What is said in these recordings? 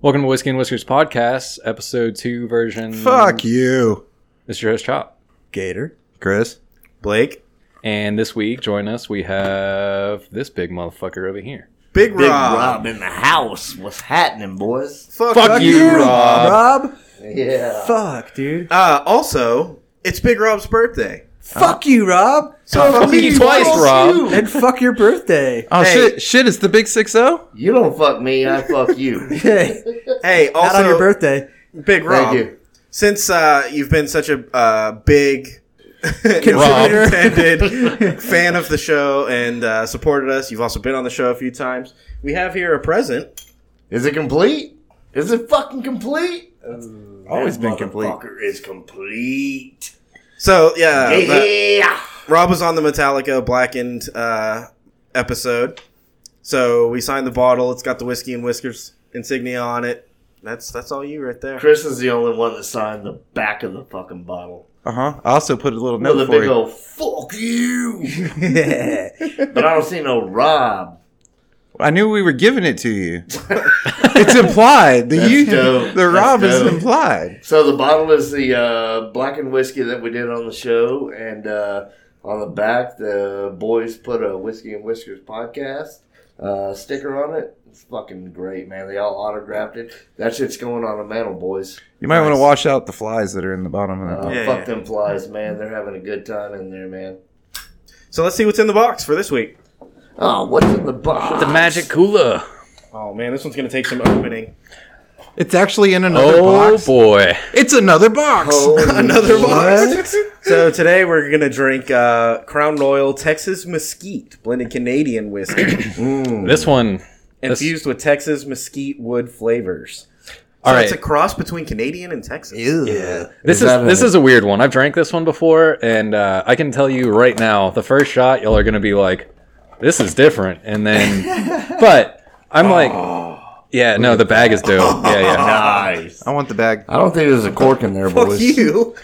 Welcome to Whiskey and Whiskers podcast, episode two version. Mm. Fuck you, It's your host Chop, Gator. Chris. Blake. and this week join us we have this big motherfucker over here. Big, Big Rob. Rob in the house. What's happening, boys? Fuck, Fuck you, Rob. Rob. Yeah. Fuck, dude. Uh, also, it's Big Rob's birthday. Fuck you, Rob. So fuck you twice, Rob. And fuck your birthday. Oh Hey. shit! Shit! It's the big six oh? zero. You don't fuck me, I fuck you. Hey, Hey, not also, on your birthday. Big Rob. Thank you. Since uh, you've been such a uh, big Contributor. intended fan of the show and uh, supported us, you've also been on the show a few times. We have here a present. Is it complete? Is it fucking complete? Always been complete. Is complete. So Uh, yeah, that- yeah. Rob was on the Metallica Blackened uh, episode, so we signed the bottle. It's got the whiskey and whiskers insignia on it. That's that's all you right there. Chris is the only one that signed the back of the fucking bottle. Uh huh. I also put a little No, note the for big you. old fuck you. Yeah. but I don't see no Rob. I knew we were giving it to you. it's implied. The That's you, dope. the That's Rob dope. is implied. So the bottle is the uh, black and whiskey that we did on the show, and uh, on the back the boys put a whiskey and whiskers podcast uh, sticker on it. It's fucking great, man. They all autographed it. That shit's going on a mantle, boys. You might want Nice. to wash out the flies that are in the bottom of that. Uh, bottle. Yeah, fuck yeah. them flies, man. They're having a good time in there, man. So let's see what's in the box for this week. Oh, what's in the box? The magic cooler. Oh man, this one's gonna take some opening. It's actually in another Oh box. boy, It's another box. Another What? box. so today we're gonna drink uh, Crown Royal Texas Mesquite blended Canadian whiskey this one. This, infused with Texas mesquite wood flavors. So All it's a right. cross between Canadian and Texas. Yeah. this is this is a weird one. I've drank this one before, and uh, I can tell you right now, the first shot y'all are gonna be like, "This is different," and then, but I'm like, "Yeah, no, the bag is dope." Yeah, yeah. Nice. I want the bag. I don't think there's a cork in there, Fuck boys. you.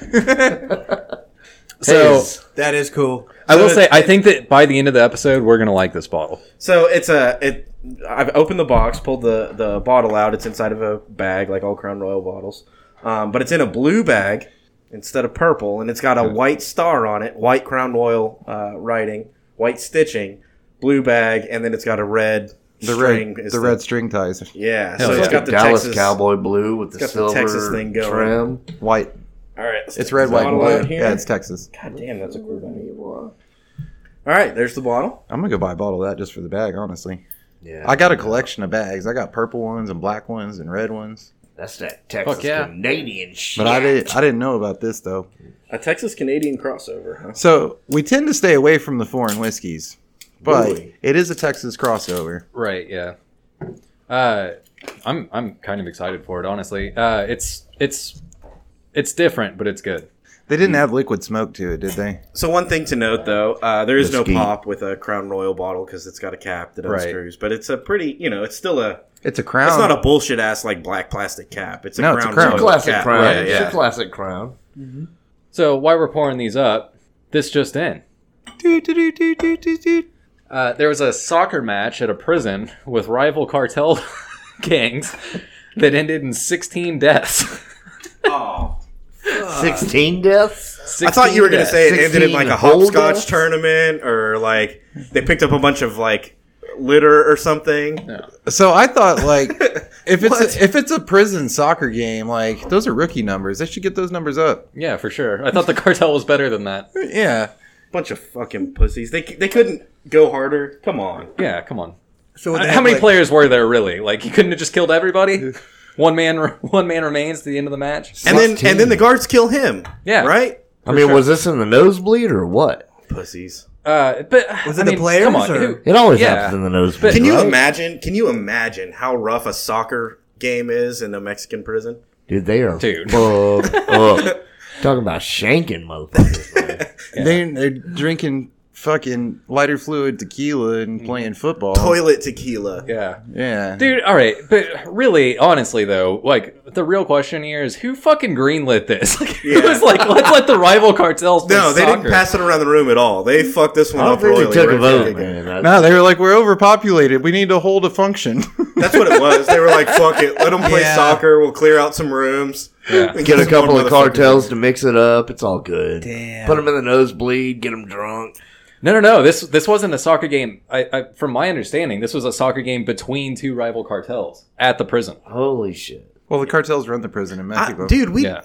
So That is cool. I will So say, I think that by the end of the episode, we're gonna like this bottle. So it's a it. I've opened the box, pulled the the bottle out. It's inside of a bag, like all Crown Royal bottles, um, but it's in a blue bag instead of purple, and it's got a white star on it, white Crown Royal uh, writing, white stitching, blue bag, and then it's got a red The string. red, is the red string ties. Yeah, so Hell it's yeah. got the Dallas Texas Cowboy blue with the got the silver Texas thing going. trim. White. All right, let's It's take red, this white, and bottle out blue. here. Yeah, it's Texas. God damn, that's a cool bottle. All right, there's the bottle. I'm gonna go buy a bottle of that just for the bag. Honestly, Yeah, I got a collection of bags. I got purple ones and black ones and red ones. that's that Texas yeah. Canadian shit. But I didn't. I didn't know about this though. A Texas Canadian crossover. Huh? So we tend to stay away from the foreign whiskeys, but Really? it is a Texas crossover. Right. Yeah. Uh, I'm I'm kind of excited for it, honestly. Uh, it's it's it's different, but it's good. They didn't add liquid smoke to it, did they? So one thing to note, though, uh, there is no Mesquite. pop with a Crown Royal bottle because it's got a cap that Right. unscrews. But it's a pretty, you know, it's still a. It's a crown. It's not a bullshit ass like black plastic cap. It's a No, Crown it's a crown. Royal classic cap. crown. Right, It's yeah. a classic crown. So while we're pouring these up, this just in. Uh, there was a soccer match at a prison with rival cartel gangs that ended in 16 deaths. Oh. Sixteen deaths. I thought you were 16 gonna deaths. say it ended in 16 like a holdouts? hopscotch tournament or like they picked up a bunch of like litter or something. so I thought like if it's a, if it's a prison soccer game, like those are rookie numbers. They should get those numbers up. Yeah, for sure. I thought the cartel was better than that. Yeah. Bunch of fucking pussies. They c- they couldn't go harder. Come on. Yeah, come on. So would they How have, many like- players were there really? Like you couldn't have just killed everybody? one man one man remains at the end of the match? And then 16. and then the guards kill him. Yeah. Right. I mean, sure. was this in the nosebleed or what? Pussies. Uh, but Was I it the mean, players, Come on, or- who- It always Yeah. happens in the nosebleed. Can you right? imagine? Can you imagine how rough a soccer game is in a Mexican prison? Dude, they are Dude. fucked up. Talking about shanking motherfuckers. man. They, they're drinking fucking lighter fluid tequila and playing football. Toilet tequila. Yeah. Yeah. Mm-hmm. Dude, all right, but really, honestly though, like the real question here is who fucking greenlit this? Like, it Yeah. was like, let's let the rival cartels play No, they soccer. didn't pass it around the room at all. They fucked this one I don't up think royally. they took a right? vote, man. No, they were like, we're overpopulated. We need to hold a function. That's what it was. They were like, "Fuck it, let them play Yeah. soccer. We'll clear out some rooms. Yeah. and Get a us one couple of motherfucker." cartels to mix it up. It's all good. Damn. Put them in the nosebleed. Get them drunk. No, no, no. This this wasn't a soccer game. I, I from my understanding, this was a soccer game between two rival cartels at the prison. Holy shit! well, the cartels run the prison in I- Mexico. dude, we. Yeah.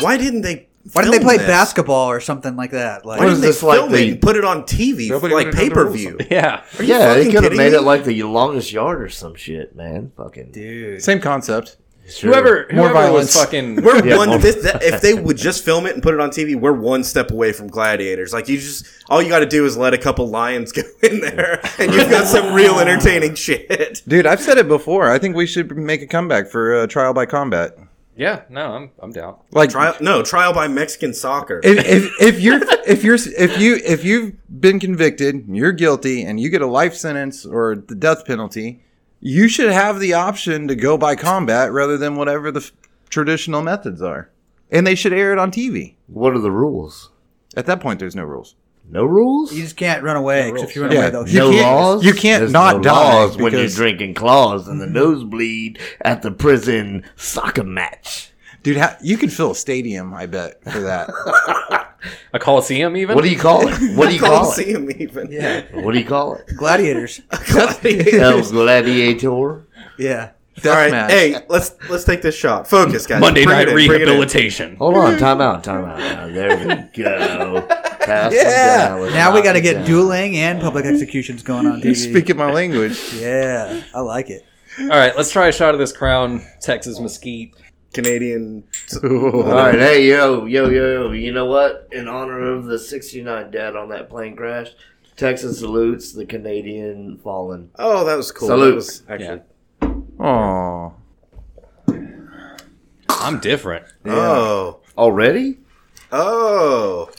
Why didn't they? Why didn't they film play this? basketball or something like that? Like, Why What didn't is they this, like, film it the- and put it on TV, Nobody like would've known pay the rules per view? Yeah. Are you Yeah, they fucking could have kidding made me? it like the longest yard or some shit, man. Fucking dude. Same concept. Sure. Whoever whoever More was violence. fucking We're Yeah, one. well- This, that, if they would just film it and put it on TV, we're one step away from gladiators. Like you just, all you got to do is let a couple lions go in there, and you've got some real entertaining shit. Dude, I've said it before. I think we should make a comeback for uh, trial by combat. Yeah, no, I'm I'm down. Like, Trial, no trial by Mexican soccer. if, if, if you're if you're if you if you've been convicted, you're guilty, and you get a life sentence or the death penalty, you should have the option to go by combat rather than whatever the f- traditional methods are, and they should air it on TV. What are the rules? At that point, there's no rules. No rules. You just can't run away. 'cause if you run Yeah. away, they'll No shoot no you. can't- laws. you can't not die when you're because- drinking claws in the nosebleed at the prison soccer match. Dude, how, you could fill a stadium, I bet, for that. A coliseum even? What do you call it? What do you call it? Coliseum even? Yeah. What do you call it? Gladiators. El Gladiator. Yeah. Death All right, match. hey, let's let's take this shot. Focus, guys. Monday Bring it night in, bring it in. rehabilitation. Hold on, time out, time out. Now, There we go. Pass it down, let's Now we knock got to it get down. dueling and public executions going on You're TV. speaking my language. Yeah, I like it. All right, let's try a shot of this Crown Texas Mesquite. Canadian. All right, hey yo, yo, yo, yo. You know what? In honor of the 69 dead on that plane crash, Texas salutes the Canadian fallen. Oh, that was cool. Salute. That was actually. Oh, I'm different. Oh, Already? oh.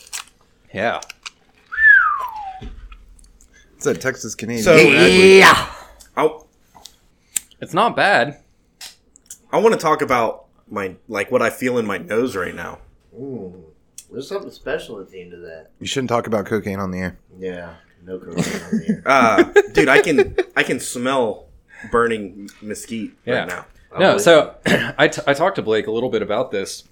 Yeah. it's a Texas Canadian. So- Yeah. I, It's not bad. I want to talk about my like what I feel in my nose right now. Hmm. There's something special at the end of that. you shouldn't talk about cocaine on the air. Yeah. No corona on the air. Uh, dude, I can I can smell burning mesquite Yeah. right now. No, so I, t- I talked to Blake a little bit about this,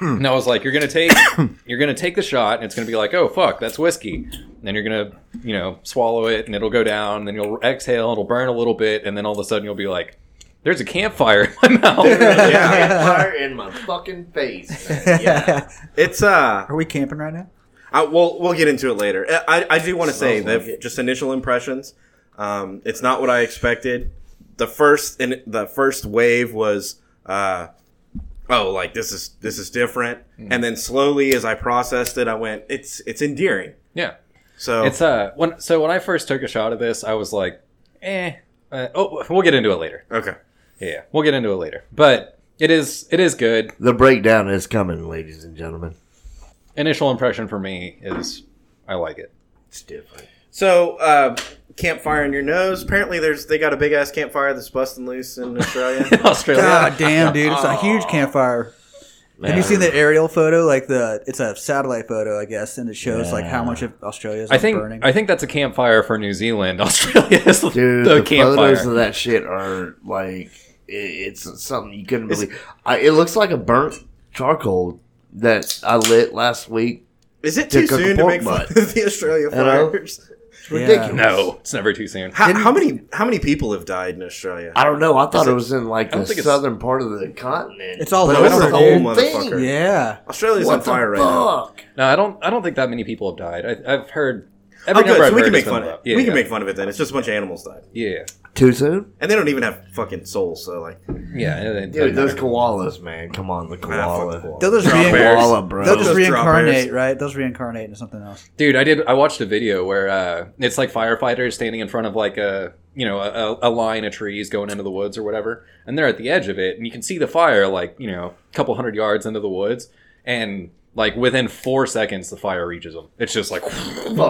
and I was like, "You're gonna take you're gonna take the shot, and it's gonna be like, oh fuck, that's whiskey." And then you're gonna you know swallow it, and it'll go down. And then you'll exhale, it'll burn a little bit, and then all of a sudden you'll be like, "There's a campfire in my mouth." Yeah. Fire in my fucking face. man. Yeah. It's uh, Are we camping right now? I, we'll we'll get into it later. Uh, I I do want to say Smells that like it. just initial impressions. Um, it's not what I expected. The first and the first wave was uh, oh like this is this is different. Hmm. And then slowly as I processed it, I went it's it's endearing. yeah. So It's uh when so when I first took a shot of this, I was like, eh. Uh, oh, we'll get into it later. okay. Yeah, we'll get into it later. But it is it is good. The breakdown is coming, ladies and gentlemen. Initial impression for me is I like it. It's different. So uh, campfire in your nose. Apparently, there's they got a big ass campfire that's busting loose in Australia. Australia. God damn, dude, it's a huge campfire. Have you seen the aerial photo? Like the it's a satellite photo, I guess, and it shows like how much of Australia is I think burning. I think that's a campfire for New Zealand. Australia is the, Dude, the the, campfire. photos of that shit are like it, it's something you couldn't believe. I, it looks like a burnt charcoal that I lit last week. Is it too To cook a soon to pork make fun butt. of the Australia Hello? fires? It's Yeah. ridiculous. no, it's never too soon. How, how many how many people have died in Australia? I don't know. I thought it, was in like I don't the think it's- southern part of the continent. It's all But over, it's the dude. whole Motherfucker. thing. yeah, Australia's on What fire the right now. fuck? No, I don't. I don't think that many people have died. I, I've heard. Oh, Every number good. I've So we heard can has make been fun of about- it. Yeah, we can yeah, make fun of it then. It's just a bunch of animals died, Yeah, Too soon, and they don't even have fucking souls. So like, yeah. it- it dude. doesn't Those matter. koalas, man. Come on, the koala. koala. they'll just, Drop rein- bears. koala, bro. they'll just Those drop reincarnate, bears. right? They'll just reincarnate into something else. Dude, I did. I watched a video where uh, it's like firefighters standing in front of like a you know a, a- a line of trees going into the woods or whatever, and they're at the edge of it, and you can see the fire like you know a couple hundred yards into the woods, and like within four seconds, the fire reaches them. It's just like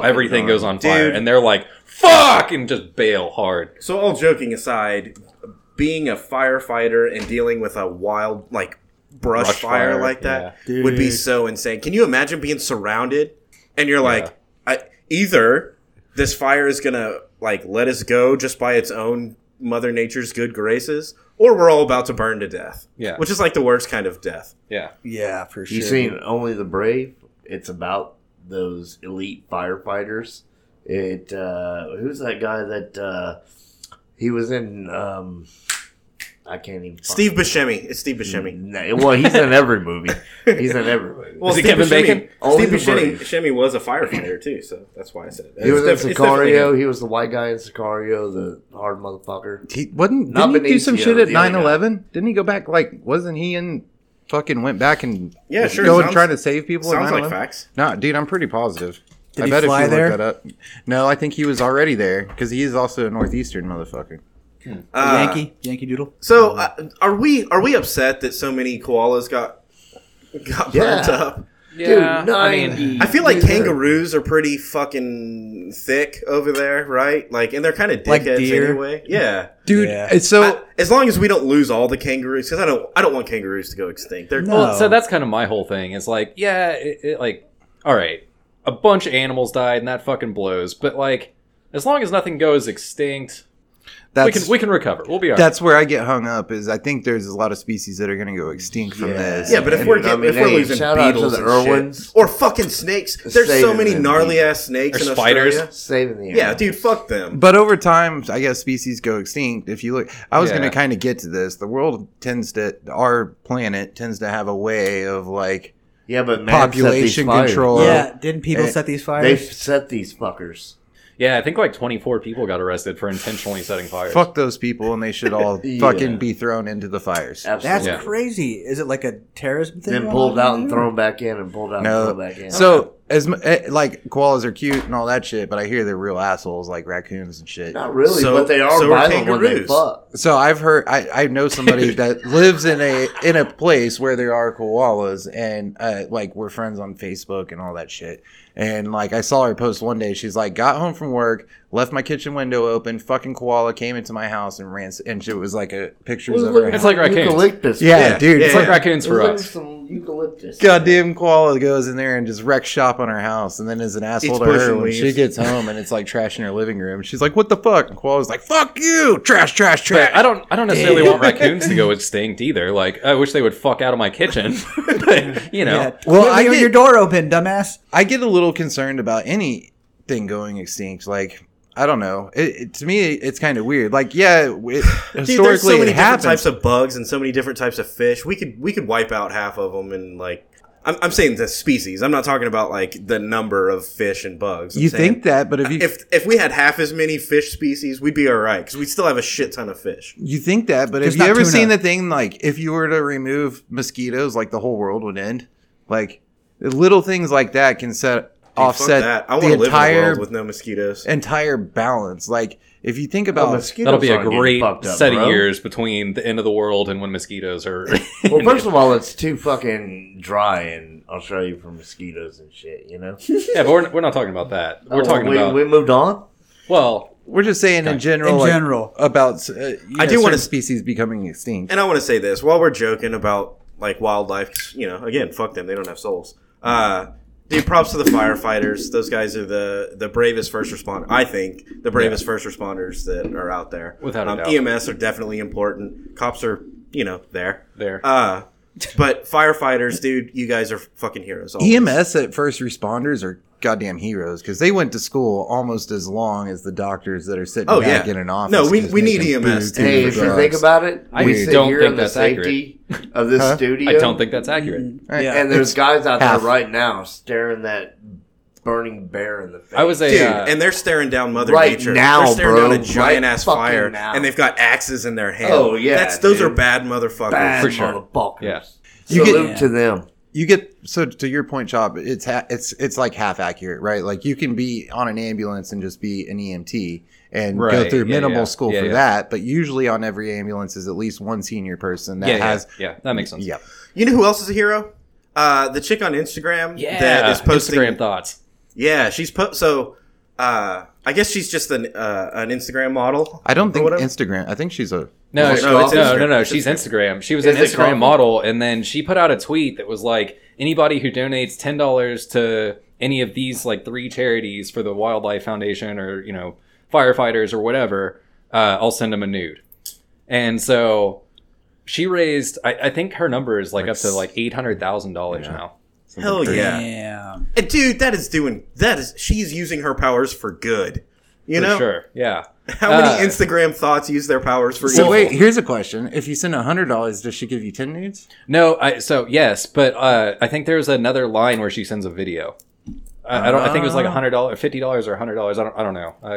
everything goes on fire, Dude. and they're like, "Fuck!" and just bail hard. So, all joking aside, being a firefighter and dealing with a wild, like, brush, Brush fire, fire, like that would be Dude. so insane. Can you imagine being surrounded and you're like, I, either this fire is going to, like, let us go just by its own Mother Nature's good graces, or we're all about to burn to death. Yeah. Which is, like, the worst kind of death. Yeah, Yeah, for sure. You seen Only the Brave? It's about those elite firefighters. It uh who's that guy that uh he was in um I can't even Steve Buscemi. It's Steve Buscemi. No, well he's in every movie. He's in every movie. Well, Is it Steve Kevin Buscemi- Bacon? Only Steve the Buscemi, brave. Buscemi was a firefighter too, so that's why I said it. he was It's in def- it's definitely him. Sicario, he was the white guy in Sicario, the hard motherfucker. He wasn't. Not Didn't he do some Benicio, shit at the other guy. 9/11? Didn't he go back? Like, wasn't he in? Fucking went back and Yeah, sure, Go and sounds- try to save people. at Sounds like 9/11? facts. No, dude, I'm pretty positive. Did I he bet fly if you there? look that up. No, I think he was already there because he is also a northeastern motherfucker. Uh, Yankee, Yankee Doodle. So uh, are we? Are we upset that so many koalas got got burnt Yeah. up? yeah. Dude, I mean, 90. I feel like Dude, they're- kangaroos are pretty fucking thick over there, right? Like, and they're kind of dickheads Like deer? anyway. Yeah. Dude, Yeah. it's so I- as long as we don't lose all the kangaroos, because I don't, I don't want kangaroos to go extinct. They're No. Well, so that's kind of my whole thing. It's like, yeah, it, it, like, all right, a bunch of animals died, and that fucking blows. But like, as long as nothing goes extinct, we that's can we can recover. We'll be all right. that's where I get hung up. Is I think there's a lot of species that are going to go extinct from this. Yeah, but if Dude, we're getting, I mean, if we're hey, losing shout out to beetles the and shit. Irwins. or fucking snakes, there's so Saving many them, gnarly dude. ass snakes Or in spiders. Australia. saving the Yeah, animals. dude, fuck them. But over time, I guess species go extinct. If you look, I was Yeah. going to kind of get to this. The world tends to, our planet tends to have a way of like Yeah, but man population set these fires. control. yeah, didn't people eh, set these They fires? set these fuckers. Yeah, I think like twenty four people got arrested for intentionally setting fires. Fuck those people, and they should all Yeah. fucking be thrown into the fires. That's Absolutely. Yeah. crazy. Is it like a terrorism thing? Then going pulled on out and there? thrown back in, and pulled out No. and thrown back in. So as mu- eh, like koalas are cute and all that shit, but I hear they're real assholes like raccoons and shit. Not really, So- but they are so are violent when they kangaroos. fuck. So I've heard I, I know somebody that lives in a in a place where there are koalas and uh, like we're friends on Facebook and all that shit. And like I saw her post one day, she's like, got home from work, left my kitchen window open, fucking koala came into my house and ran, s- and she was like a pictures of her. It's like raccoons. Eucalyptus. yeah, yeah, dude, it's yeah, like Fuck raccoons It was for like us. some eucalyptus. goddamn koala goes in there and just wrecks shop on her house and then is an asshole Eats to bush her and when she leaves. gets home and it's like trash in her living room. She's like, what the fuck? And koala's like, fuck you, trash, trash, trash. But I don't. I don't necessarily want raccoons to go extinct either. Like, I wish they would fuck out of my kitchen. but you know, Yeah. Well, Well, I I get- your door open, dumbass. I get a little concerned about anything going extinct. Like, I don't know. It, it- to me, it's kind of weird. Like, yeah, it, Dude, there's historically so many it different happens. types of bugs and so many different types of fish. We could we could wipe out half of them and like I'm, I'm saying the species. I'm not talking about like the number of fish and bugs. I'm you saying think that, but if you if if we had half as many fish species, we'd be all right because we still have a shit ton of fish. you think that, but have Just you not ever tuna. seen the thing like if you were to remove mosquitoes, like the whole world would end? Like little things like that can set Dude, fuck offset that. I the want to live in a entire world with no mosquitoes. entire balance. Like if you Oh, think Well, about Oh, mosquitoes that'll be a aren't getting great fucked up, set bro. of years between the end of the world and when mosquitoes are. Well, first of all, it's too fucking dry in Australia for mosquitoes and shit. You know, yeah, but we're, we're not talking about that. We're Oh, talking we, about we moved on. well, we're just saying in general, In like, general. about uh, you know, I do certain wanna s- species becoming extinct. And I want to say this while we're joking about like wildlife, you know, again, fuck them, they don't have souls. Uh, dude, props to the firefighters. Those guys are the the bravest first responder. I think the bravest first responders that are out there. Um, Without a doubt. EMS are definitely important. Cops are, you know, there. there. Uh, but firefighters, dude, you guys are fucking heroes. E always. EMS E at first responders are goddamn heroes because they went to school almost as long as the doctors that are sitting Oh, back yeah. in an office. No, we- just we need E making EMS, food Hey, for if you dogs. think about it, I we sit don't here think in the that's accurate. safety of this Huh? studio. I don't think that's Mm. accurate. Yeah. Yeah. And there's guys out half. there right now staring that burning bear in the face. I was a Dude, uh, and they're staring down Mother Right Nature. now, they're staring bro. down a giant Right ass fucking fire, now. and they've got axes in their hands. Oh, yeah, That's, those dude. are bad motherfuckers. bad For sure. motherfuckers. Yeah. You Salute get- to them. you get so to your point, Chop. It's ha- it's it's like half accurate, right? Like you can be on an ambulance and just be an EMT and go Right, through yeah, minimal yeah, school yeah, for yeah. that. But usually on every ambulance is at least one senior person that yeah, yeah, has yeah, that makes sense. yeah. You know who else is a hero? Uh, the chick on Instagram Yeah, that is posting Uh, Instagram thoughts. Yeah, she's po- so. Uh, I guess she's just an uh, an Instagram model. I don't or think whatever. Instagram. I think she's a. No, Well, she- no, no, Oh, it's no, Instagram. no, She's Instagram. She was Is an it Instagram called- model, and then she put out a tweet that was like, anybody who donates ten dollars to any of these like three charities for the Wildlife Foundation or you know firefighters or whatever, uh, I'll send them a nude. And so she raised. I, I think her number is like, Like up to s- like eight hundred thousand dollars now. Hell yeah. Damn. And dude, that is doing that is she's using her powers for good. You for know sure. Yeah. how many Uh, Instagram thoughts use their powers for So evil? wait, here's a question: If you send hundred dollars, does she give you ten nudes? No, I so yes, but uh, I think there's another line where she sends a video. I, I don't. I think it was like Ah. a hundred dollars, fifty dollars, or hundred dollars. I don't. I don't know. I,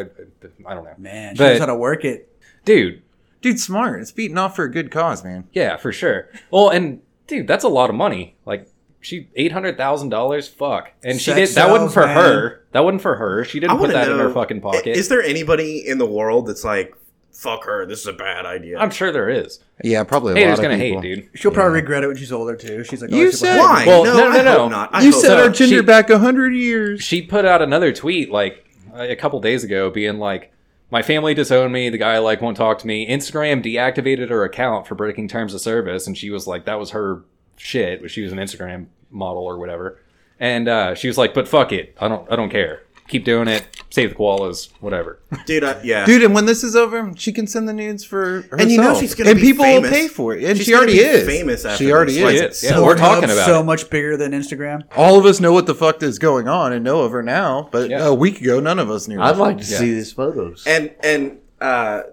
I don't know, Man, she But- knows how to work it. dude. Dude, smart. It's beating off for a good cause, man. Yeah, for sure. Well, and dude, that's a lot of money. Like she eight hundred thousand dollars. Fuck, and she did. Sex That wasn't sells, for man. her. That wasn't for her. She I didn't want put to that know in her fucking pocket. Is there anybody in the world that's like, fuck her? This is a bad idea. I'm sure there is. Yeah, probably. A Haters lot of gonna people. hate, dude. She'll probably regret it when she's older too. She's like, "Oh, You she's said- Why? like- Well, no, no, I no, hope no. not. I You hope said so. our Tinder She- back a hundred years. she put out another tweet like a couple days ago being like my family disowned me the guy like won't talk to me instagram deactivated her account for breaking terms of service and she was like that was her shit she was an instagram model or whatever and uh, she was like but fuck it i don't i don't care keep doing it save the koalas whatever dude. I, yeah, Dude, and when this is over, she can send the nudes for herself. you know she's gonna and be people famous. will pay for it. And She's she gonna already be is famous after She already this. Like, is. yeah, Pornhub's we're talking about so it much bigger than Instagram. All of us know what the fuck is going on and know of her now, but Yeah. a week ago, none of us knew. I'd like to Yeah. see these photos. and and uh,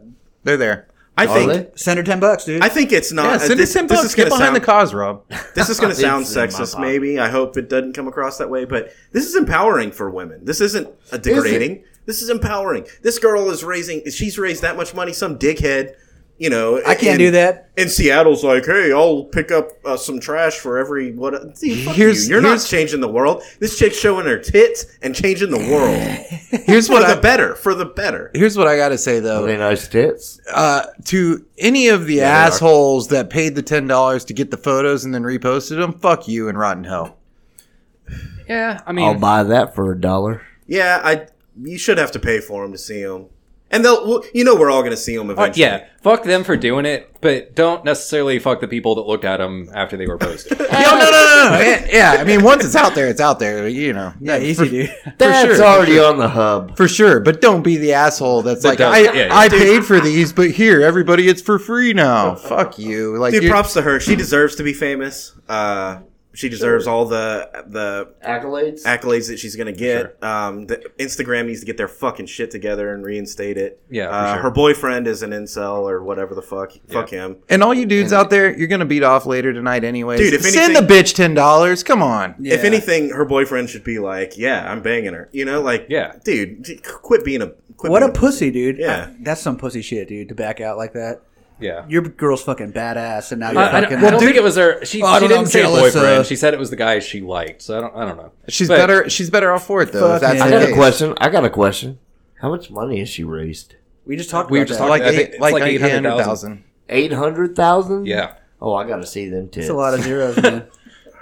They're there. I Are think they? Send her ten bucks, dude. I think it's not. Yeah, uh, send this, us 10 this bucks. is Get gonna behind sound the cause, Rob. this is going to sound It's in my sexist pocket. maybe i hope it doesn't come across that way but this is empowering for women this isn't a degrading this is empowering this girl is raising she's raised that much money some dickhead you know I can't do that. and seattle's like hey i'll pick up uh, some trash for every what See, fuck Here's- you. are not here's- changing the world this chick's showing her tits and changing the world Here's for what the I. better for the better Here's what I gotta say though. Are they nice tits? uh, to any of the assholes that paid the ten dollars to get the photos and then reposted them, fuck you and rotten hell. yeah i I'll mean buy that for a dollar. yeah i you should have to pay for them to see them and they'll well, you know we're all going to see them eventually Oh, yeah fuck them for doing it but don't necessarily fuck the people that looked at them after they were posted Yo, no, no, no, no. Yeah, yeah, I mean, once it's out there, it's out there. You know, Yeah, easy, dude. That's sure. already on the hub. for sure. But don't be the asshole that's like, does- I, yeah, yeah. I paid for these, but here, everybody, it's for free now. fuck you. Like, Dude, you're- props to her. She deserves to be famous. Uh, she deserves all the the Accolades? accolades that she's gonna get. Um, the, Instagram needs to get their fucking shit together and reinstate it. Yeah, for uh, sure. her boyfriend is an incel or whatever the fuck. Fuck him. and all you dudes out there, you're gonna beat off later tonight, anyways. Dude, if send the anything- bitch ten dollars. Come on. Yeah. If anything, her boyfriend should be like, "Yeah, I'm banging her." You know, like, Yeah. dude, j- quit being a quit what a being pussy, dude. Yeah. that's some pussy shit, dude. To back out like that, yeah your girl's fucking badass, and now you're I, I don't, fucking. I don't think it was her. She, Oh, I she don't know, didn't I'm say jealous, boyfriend. uh, she said it was the guy she liked. So I don't. I don't know. She's But- better. She's better off for it though. If Fuck, that's man. I the got a case. question. I got a question. How much money has she raised? we just talked. We were about just that. talking- Like, I think eight, it's like, like eight hundred 800,000. thousand. Eight hundred thousand? Yeah, Oh, I gotta see them too. It's a lot of zeros, man.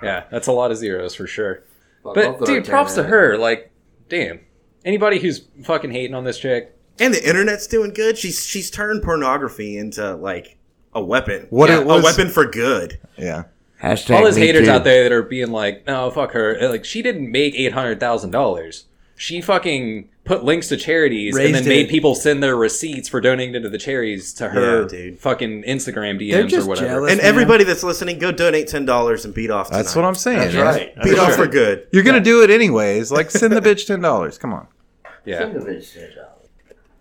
yeah. That's a lot of zeros for sure. But dude, props to her. Like, damn. Anybody who's fucking hating on this chick, and the internet's doing good. She's she's turned pornography into like a weapon. What it was- a weapon for good. Yeah. Hashtag all those me haters too. out there that are being like, "No, fuck her." eh, Like, she didn't make eight hundred thousand dollars. She fucking put links to charities and then Raised made it. people send their receipts for donating to the charities to her Yeah, dude. fucking Instagram DMs They're or just whatever. jealous. And man. everybody that's listening, go donate ten dollars and beat off. Tonight. That's what I'm saying. That's yeah. right. Beat That's off right. for good. You're gonna do it anyways. Like send the bitch ten dollars. Come on. Yeah, Think of it, shit.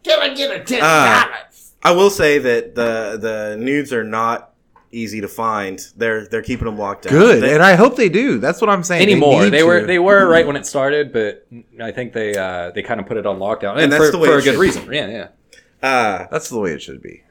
Can I get a ten Uh, dollars? I will say that the the nudes are not easy to find. They're they're keeping them locked down. Good. They- and I hope they do. That's what I'm saying. anymore. need They were to. they were right when it started, but I think they uh, they kind of put it on lockdown, and, that's for, the way for it a should good be. reason. Yeah, yeah. uh, That's the way it should be.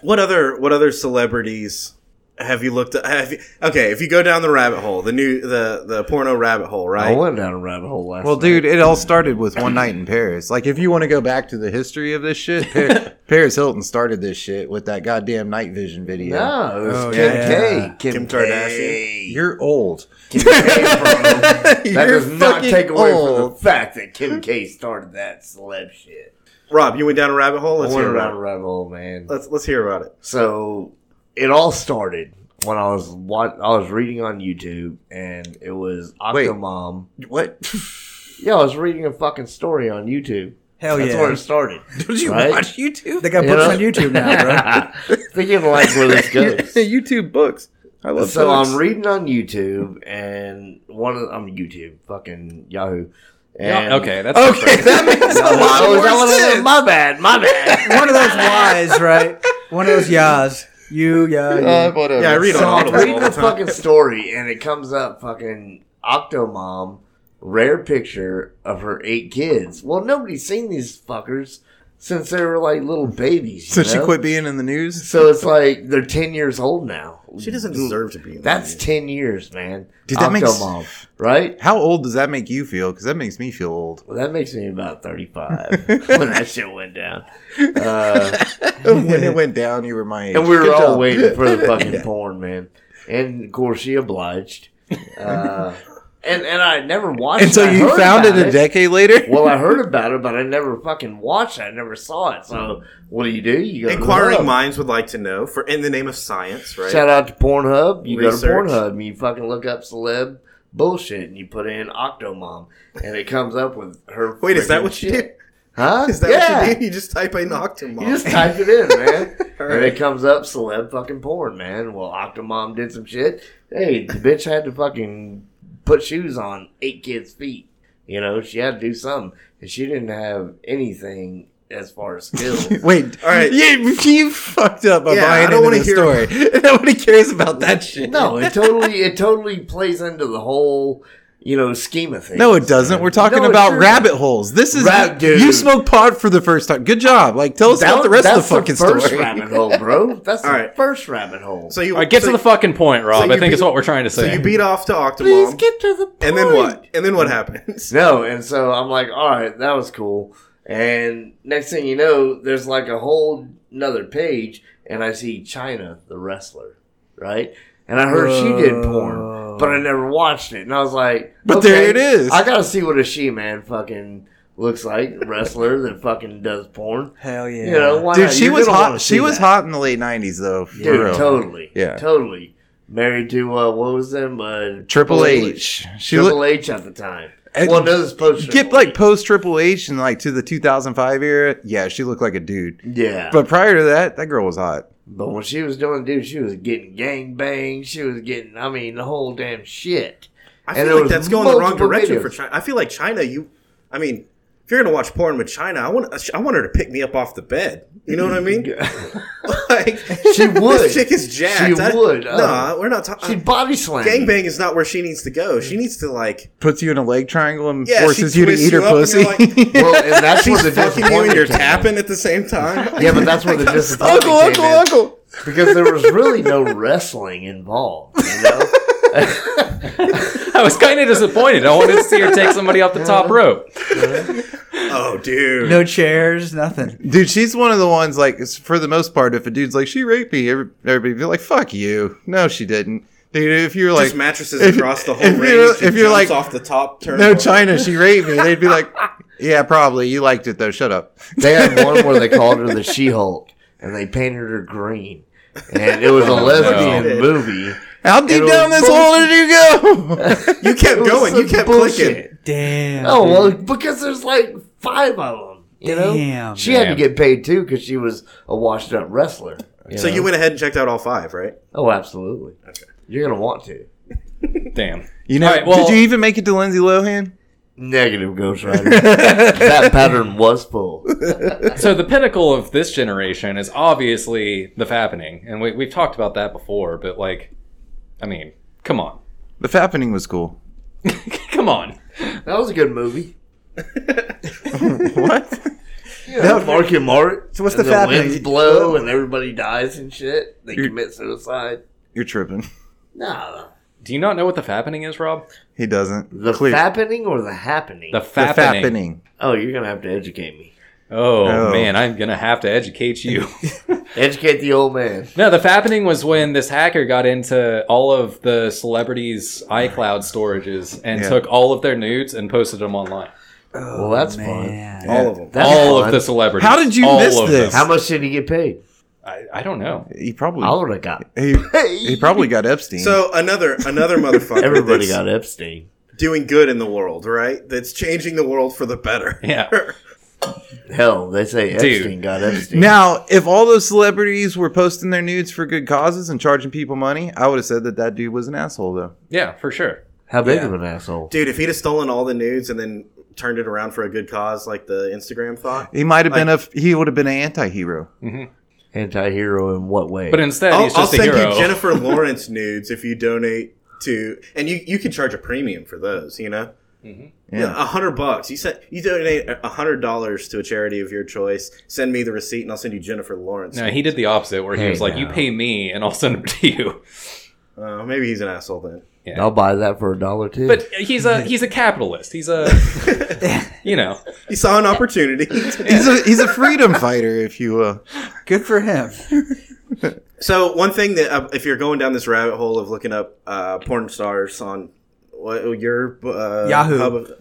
what other what other celebrities have you looked at? Have you, okay, if you go down the rabbit hole, the new the the porno rabbit hole, I right? went down a rabbit hole last Well, night. dude, it all started with one night in Paris. Like, if you want to go back to the history of this shit, Par- Paris Hilton started this shit with that goddamn night vision video. No, it was Oh, Kim yeah. K. Kim, Kim Kardashian. You're old. Kim K, bro. that That does not take away from the fact that Kim K started that celeb shit. Rob, you went down a rabbit hole. I Let's went hear around about a it. rabbit hole, man. Let's let's hear about it. So it all started when I was wat- I was reading on YouTube, and it was Wait. Octomom. What? Yeah, I was reading a fucking story on YouTube. Hell That's yeah. where it started. Did you Right? watch YouTube? They got You books know? on YouTube now, bro. Thinking like where this goes. YouTube books. I love so um, books. I'm reading on YouTube, and one of I'm YouTube, fucking Yahoo. And Yeah, okay, that's Okay, that makes a Oh, lot is that more what it is? sense. My bad, my bad. One of those Y's, right? One of those Yas. You, ya, you. Oh, Uh, whatever. Yeah, I read on so I'm Audible reading all the the time. fucking story, and it comes up fucking Octomom, rare picture of her eight kids. Well, nobody's seen these fuckers since they were like little babies. So You she know? quit being in the news. So it's like they're ten years old now. She doesn't deserve to be. in Mm. That's that. ten years, man. Dude, that makes- Octomom, right? How old does that make you feel? Because that makes me feel old. Well, that makes me about thirty-five when that shit went down. Uh, when it went down, you were my age. and we were Good all job. waiting for the fucking porn, man. And of course, she obliged. Uh, and and I never watched. And so I you heard found it about a decade later. Well, I heard about it, but I never fucking watched it. I never saw it. So what do you do? You go Inquiring to Pornhub. minds would like to know for in the name of science, right? Shout out to Pornhub. You Research. go to Pornhub and you fucking look up celeb bullshit and you put in Octomom and it comes up with her. Wait, is that freaking what you shit. did? Huh? Is that yeah. what you did? You just type in Octomom. You just type it in, man. and right. it comes up celeb fucking porn, man. Well, Octomom did some shit. Hey, the bitch had to fucking put shoes on eight kids' feet. You know, she had to do something. And she didn't have anything as far as skills. Wait. All right. You, you fucked up by Yeah, I buying don't into wanna the hear- story. Nobody cares about that shit. no, it totally it totally plays into the whole, you know, scheme of things. No, it doesn't. We're talking No, it about sure rabbit holes. This is Rab- dude. you smoked pot for the first time. Good job. Like, tell us That- about the rest of the that's fucking first story. rabbit hole, bro. That's the All right. first rabbit hole. So you All right, get so, to the fucking point, Rob. you I think beat- it's what we're trying to so say. you beat off to Octomom. please get to the point. and then what? And then what happens? No, and so I'm like, all right, that was cool. And next thing you know, there's like a whole another page, and I see China the wrestler, right? And I heard she did porn, but I never watched it, and I was like, But okay, there it is. I gotta see what a she man fucking looks like, wrestler that fucking does porn. Hell yeah. You know, why Dude, not? she You're was gonna wanna hot. She see was that. hot in the late nineties, though. For Dude, real. totally. Yeah. Totally. Married to, uh, what was them? Uh, Triple H. She Triple looked H at the time. And- well, no, this post get like post Triple H and like to the 2005 era. Yeah, she looked like a dude. Yeah. But, But prior to that, that girl was hot. when she was doing, dude, she was getting gang banged. She was getting, I mean, the whole damn shit. I And feel there like was that's going the wrong multiple direction videos. for China. I feel like China. You, I mean, if you're gonna watch porn with China, I want I want her to pick me up off the bed. You know what I mean? like She would. This chick is jacked. She I- would, No, oh. we're not Uh, she talking. body slammed. me. Gangbang is not where she needs to go. She needs to like Puts you in a leg triangle and Yeah, she forces you to twists eat her you up and pussy. you're like- Well, and that's where she's the fucking you and disappointment you're came in. tapping at the same time. Yeah, but that's where the disappointment uncle, came uncle, in. uncle. Because there was really no wrestling involved, you know? I was kind of disappointed. I wanted to see her take somebody off the top rope. Oh, dude. No chairs, nothing. Dude, she's one of the ones like s- for the most part. If a dude's like she raped me, every- everybody be like, "Fuck you." No, she didn't. Dude, if you're like Just mattresses if- across the whole if range. you're- She if you're like, jumps off the top turn. "No, China, she raped me," they'd be like, "Yeah, probably. You liked it though. Shut up." They had one where they called her the She Hulk, and they painted her green, and it was a lesbian No. movie. How deep It'll- down this hole did you go? You kept going. You kept clicking. Damn. Oh dude. well, because there's like five of them. You know, Damn. she had to Damn. get paid too because she was a washed-up wrestler. So know? you went ahead and checked out all five, right? Oh, absolutely. You're gonna want to. Damn. You know, All right, well- did you even make it to Lindsay Lohan? Negative Ghost Rider. that pattern was full. So the pinnacle of this generation is obviously the fappening, and we, we've talked about that before. But like, I mean, come on, The Fappening was cool. come on. That was a good movie. what? Yeah, Marky Mark. So what's and the fat winds thing? blow and everybody dies and shit. They commit suicide. You're tripping. Nah, Do you not know what the fappening is, Rob? He doesn't. the happening or the happening. The The fappening. Fappening. oh, you're gonna have to educate me. Oh, Oh. man, I'm gonna have to educate you. Educate the old man. no, the fappening was when this hacker got into all of the celebrities' iCloud storages and Yeah. took all of their nudes and posted them online. well, that's Oh, Man. All of them. fun. That's all fun. of the celebrities. How did you All miss of this? them. How much did he get paid? I, I don't know. He probably I would have got. he, he probably got Epstein. So another another motherfucker. Everybody that's got Epstein. doing good in the world, right? That's changing the world for the better. Yeah. Hell, they say Dude. Epstein got Epstein. now, if all those celebrities were posting their nudes for good causes and charging people money, I would have said that that dude was an asshole, though. Yeah, for sure. How big Yeah. of an asshole? Dude, if he'd have stolen all the nudes and then turned it around for a good cause, like the Instagram thought. He might have been a he would have been an anti-hero. Anti-hero in what way? But instead, I'll, he's I'll just a send hero. you Jennifer Lawrence nudes if you donate to, and you you can charge a premium for those. You know, Yeah. yeah, a hundred bucks. You send you donate a hundred dollars to a charity of your choice. Send me the receipt, and I'll send you Jennifer Lawrence. no, he did the opposite, where he Hey, was like, now. "You pay me, and I'll send them to you." Uh, maybe he's an asshole then. I'll buy that for a dollar too. But he's a he's a capitalist. He's a you know He saw an opportunity. He's a he's a freedom fighter, if you uh, will. Good for him. so one thing that uh, if you're going down this rabbit hole of looking up uh, porn stars on what, your uh, Yahoo. hub of,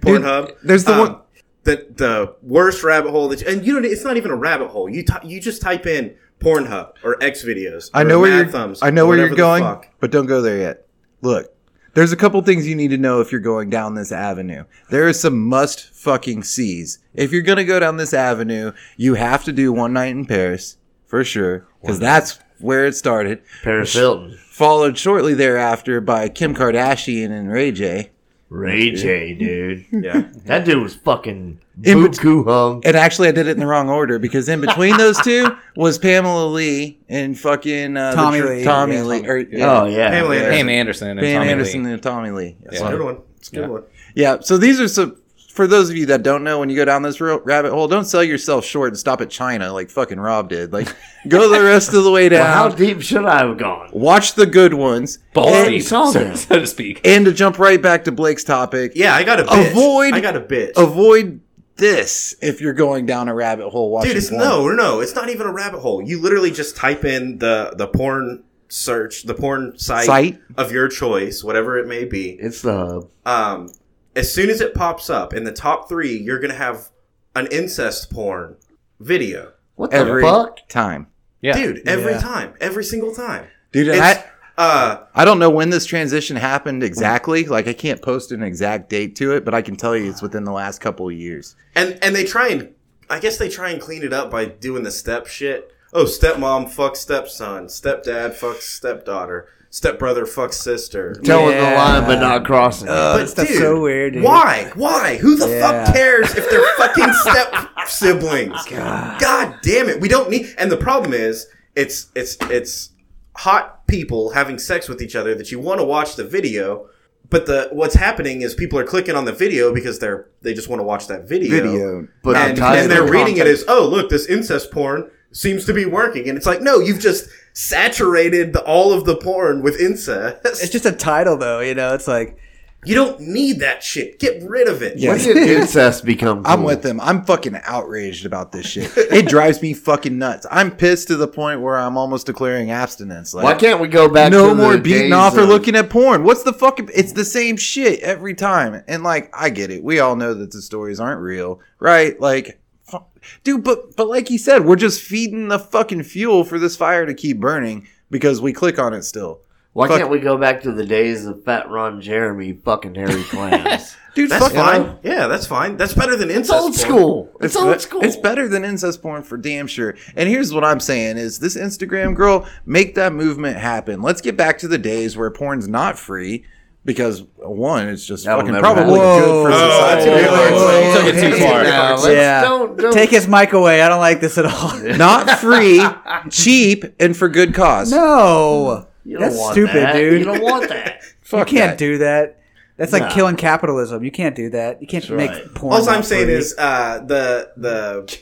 Pornhub, Um, there's the one- the the worst rabbit hole that you, and you don't it's not even a rabbit hole. You ty- you just type in Pornhub or X videos. I um, or know where Mad you're. Thumbs I know or where whatever you're the going, fuck. but don't go there yet. Look, there's a couple things you need to know if you're going down this avenue. There is some must fucking sees. If you're gonna go down this avenue, you have to do one night in Paris for sure, because that's where it started. Paris Hilton, Followed shortly thereafter by Kim Kardashian and Ray J. Ray J, dude, Yeah. that dude was fucking In bet- buku hung. And actually, I did it in the wrong order because in between those two was Pamela Lee and fucking uh, the Tommy tr- Lee. Tommy Yeah, Lee. Tommy. or- Oh yeah, Pamela Yeah. Anderson. Pam Anderson and Pam Tommy Anderson Lee. and Tommy Lee. That's Yeah. what I It's a good one. It's a good Yeah. one. Yeah. So these are some. For those of you that don't know, when you go down this ro- rabbit hole, don't sell yourself short and stop at China like fucking Rob did. Like, go the rest of the way Well, how down. deep should I have gone? watch the good ones. Balls and, deep, saw so, that. so to speak. and to jump right back to Blake's topic, Yeah, I got a bitch. Avoid- I got a bitch. avoid this if you're going down a rabbit hole watching Dude, it's porn. no, no, it's not even a rabbit hole. You literally just type in the the porn search, the porn site, Site? of your choice, whatever it may be. It's uh, the hub. Um, as soon as it pops up in the top three, you're gonna have an incest porn video, What the every fuck? time. Yeah, dude. Every Yeah. time, every single time. Dude, and It's, I, uh, I don't know when this transition happened exactly. Like, I can't post an exact date to it, but I can tell you it's within the last couple of years. and and they try and I guess they try and clean it up by doing the step shit. Oh, stepmom fucks stepson, stepdad fucks stepdaughter, stepbrother fucks sister. Telling Yeah. the line but not crossing. it. Uh, That stuff's so weird, dude. Why? Why? Who the Yeah. fuck cares if they're fucking step siblings? God. damn it. We don't need and the problem is it's it's it's hot people having sex with each other that you want to watch the video, but the what's happening is people are clicking on the video because they're they just want to watch that video. but I'm and, tired and of they're the reading it content. as, oh look, this incest porn seems to be working. And it's like, no, you've just saturated the, all of the porn with It's incest. just a title, though. You know, it's like You don't need that shit. Get rid of it. When did incest become? I'm cool? with them. I'm fucking outraged about this shit. It drives me fucking nuts. I'm pissed to the point where I'm almost declaring abstinence. Like, Why can't we go back? no to more the days beating off or of- looking at porn. What's the fucking? It's the same shit every time. And like, I get it. We all know that the stories aren't real, right? Like, fu- dude, but but like you said, we're just feeding the fucking fuel for this fire to keep burning because we click on it still. Why Fuck. can't we go back to the days of Fat Ron Jeremy fucking Harry Clams? Dude, That's fuck fine. it. Yeah, that's fine. That's better than it's incest. old porn. school. It's, be- old school. It's better than incest porn for damn sure. And here's what I'm saying is this Instagram girl, make that movement happen. Let's get back to the days where porn's not free because one, it's just That'll fucking never probably happen. good for Whoa. Oh, that's society. gonna be hard. You took it too Hey, far. now, Oh, let's- Yeah. don't- don't- take his mic away. I don't like this at all. not free, cheap, and for good cause. No, You don't that's want stupid, that. dude. You don't want that. Fuck you can't that. do that. That's like No. killing capitalism. You can't do that. You can't That's make right. porn. All I'm not saying free. is uh, the the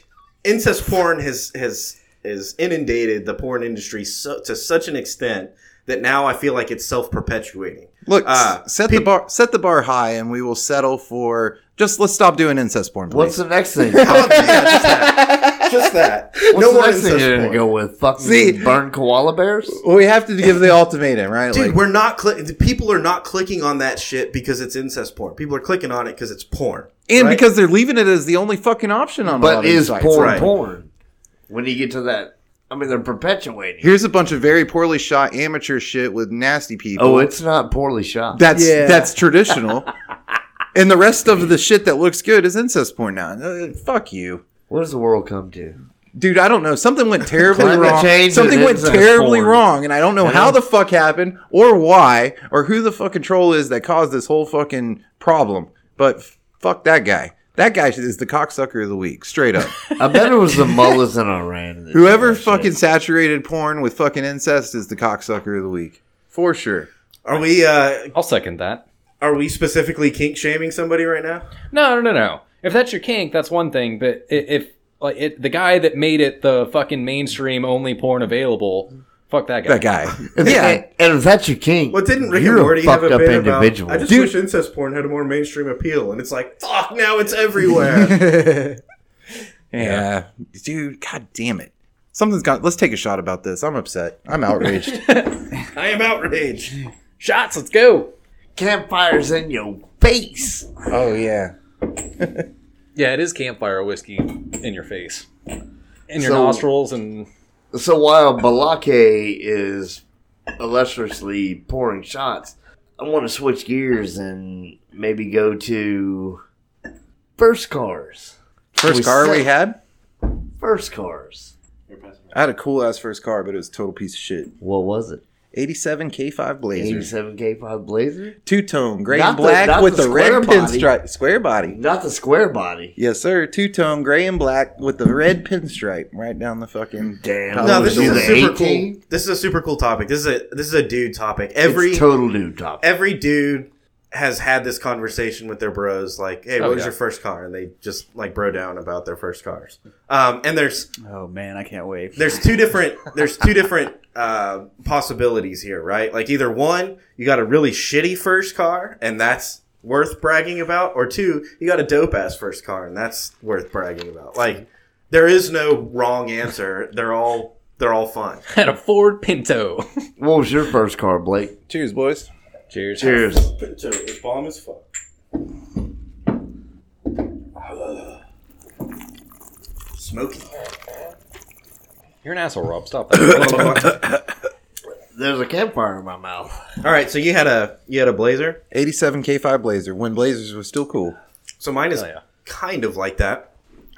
incest porn has has is inundated the porn industry so, to such an extent that now I feel like it's self perpetuating. Look, Uh, s- set the peop- bar set the bar high and we will settle for Just let's stop doing incest porn, please. What's the next thing? Just that. What's no the more next thing incest you're gonna porn. go with? Fucking See- burn koala bears? Well, we have to give the ultimatum, right? Dude, like, we're not. Cli- the people are not clicking on that shit because it's incest porn. People are clicking on it because it's porn. and right? because they're leaving it as the only fucking option on. a lot But of these is sites, porn right. porn? When you get to that, I mean, they're perpetuating. Here's a bunch of very poorly shot amateur shit with nasty people. Oh, it's not poorly shot. that's Yeah. that's traditional. and the rest of the shit that looks good is incest porn now. Uh, fuck you. What does the world come to? Dude, I don't know. Something went terribly Climate wrong. change Something and went incest terribly porn. wrong, and I don't know how the fuck happened or why or who the fucking troll is that caused this whole fucking problem. But f- fuck that guy. That guy is the cocksucker of the week, straight up. I bet it was the mullahs in Iran. that did Whoever that shit. fucking saturated porn with fucking incest is the cocksucker of the week. For sure. Are we? Uh, I'll second that. are we specifically kink shaming somebody right now? No, no, no, no. If that's your kink, that's one thing. But i- if like it, the guy that made it the fucking mainstream only porn available, fuck that guy. That guy. If yeah. that- and if that's your king, Well, didn't Rick you're and Morty a have fucked a up bit individual. about? I just Dude. wish incest porn had a more mainstream appeal, and it's like fuck. Now it's everywhere. Yeah. Dude, god damn it. Something's got let's take a shot about this. I'm upset. I'm outraged. I am outraged. Shots, let's go. Campfires in your face. oh yeah. Yeah, it is campfire whiskey in your face, in your So- nostrils, and So while Balake is illustriously pouring shots, I want to switch gears and maybe go to first cars. First We car we set- had? First cars. I had a cool ass first car, but it was a total piece of shit. What was it? 87 K5 Blazer. Eighty-seven K5 Blazer. Two tone, gray Not and the- black not with the the, red square body. pinstripe. Square body. Not the square body. Yes, sir. Two tone, gray and black with the red pinstripe right down the fucking Damn. No, this Do is a the super 18? cool. This is a super cool topic. This is a this is a dude topic. Every It's total dude top. every dude has had this conversation with their bros like hey what Oh, was yeah. your first car and they just like bro down about their first cars um, and there's Oh man, I can't wait. there's two different there's two different uh, possibilities here right like either one you got a really shitty first car and that's worth bragging about or two you got a dope ass first car and that's worth bragging about like there is no wrong answer they're all they're all fun had a Ford Pinto. What was your first car, Blake? Cheers, boys. Cheers. Cheers. so it's bomb as fuck smoky You're an asshole, Rob. Stop that. There's a campfire in my mouth. All right, so you had a you had a blazer. 87 K5 Blazer when Blazers was still cool. So mine is Oh, yeah. kind of like that.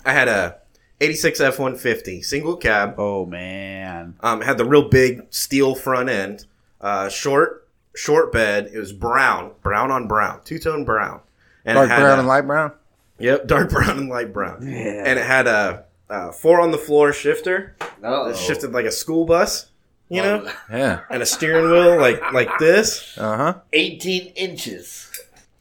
I had a 86 F150 single cab. Oh man, Um, had the real big steel front end, uh, short short bed. It was brown, brown on brown, two tone brown, and it Dark had brown a- and light brown. Yep, dark brown and light brown. And it had a, uh four on the floor shifter. Uh-oh. It shifted like a school bus, you know, Yeah. and a steering wheel like like this. Uh huh. 18 inches.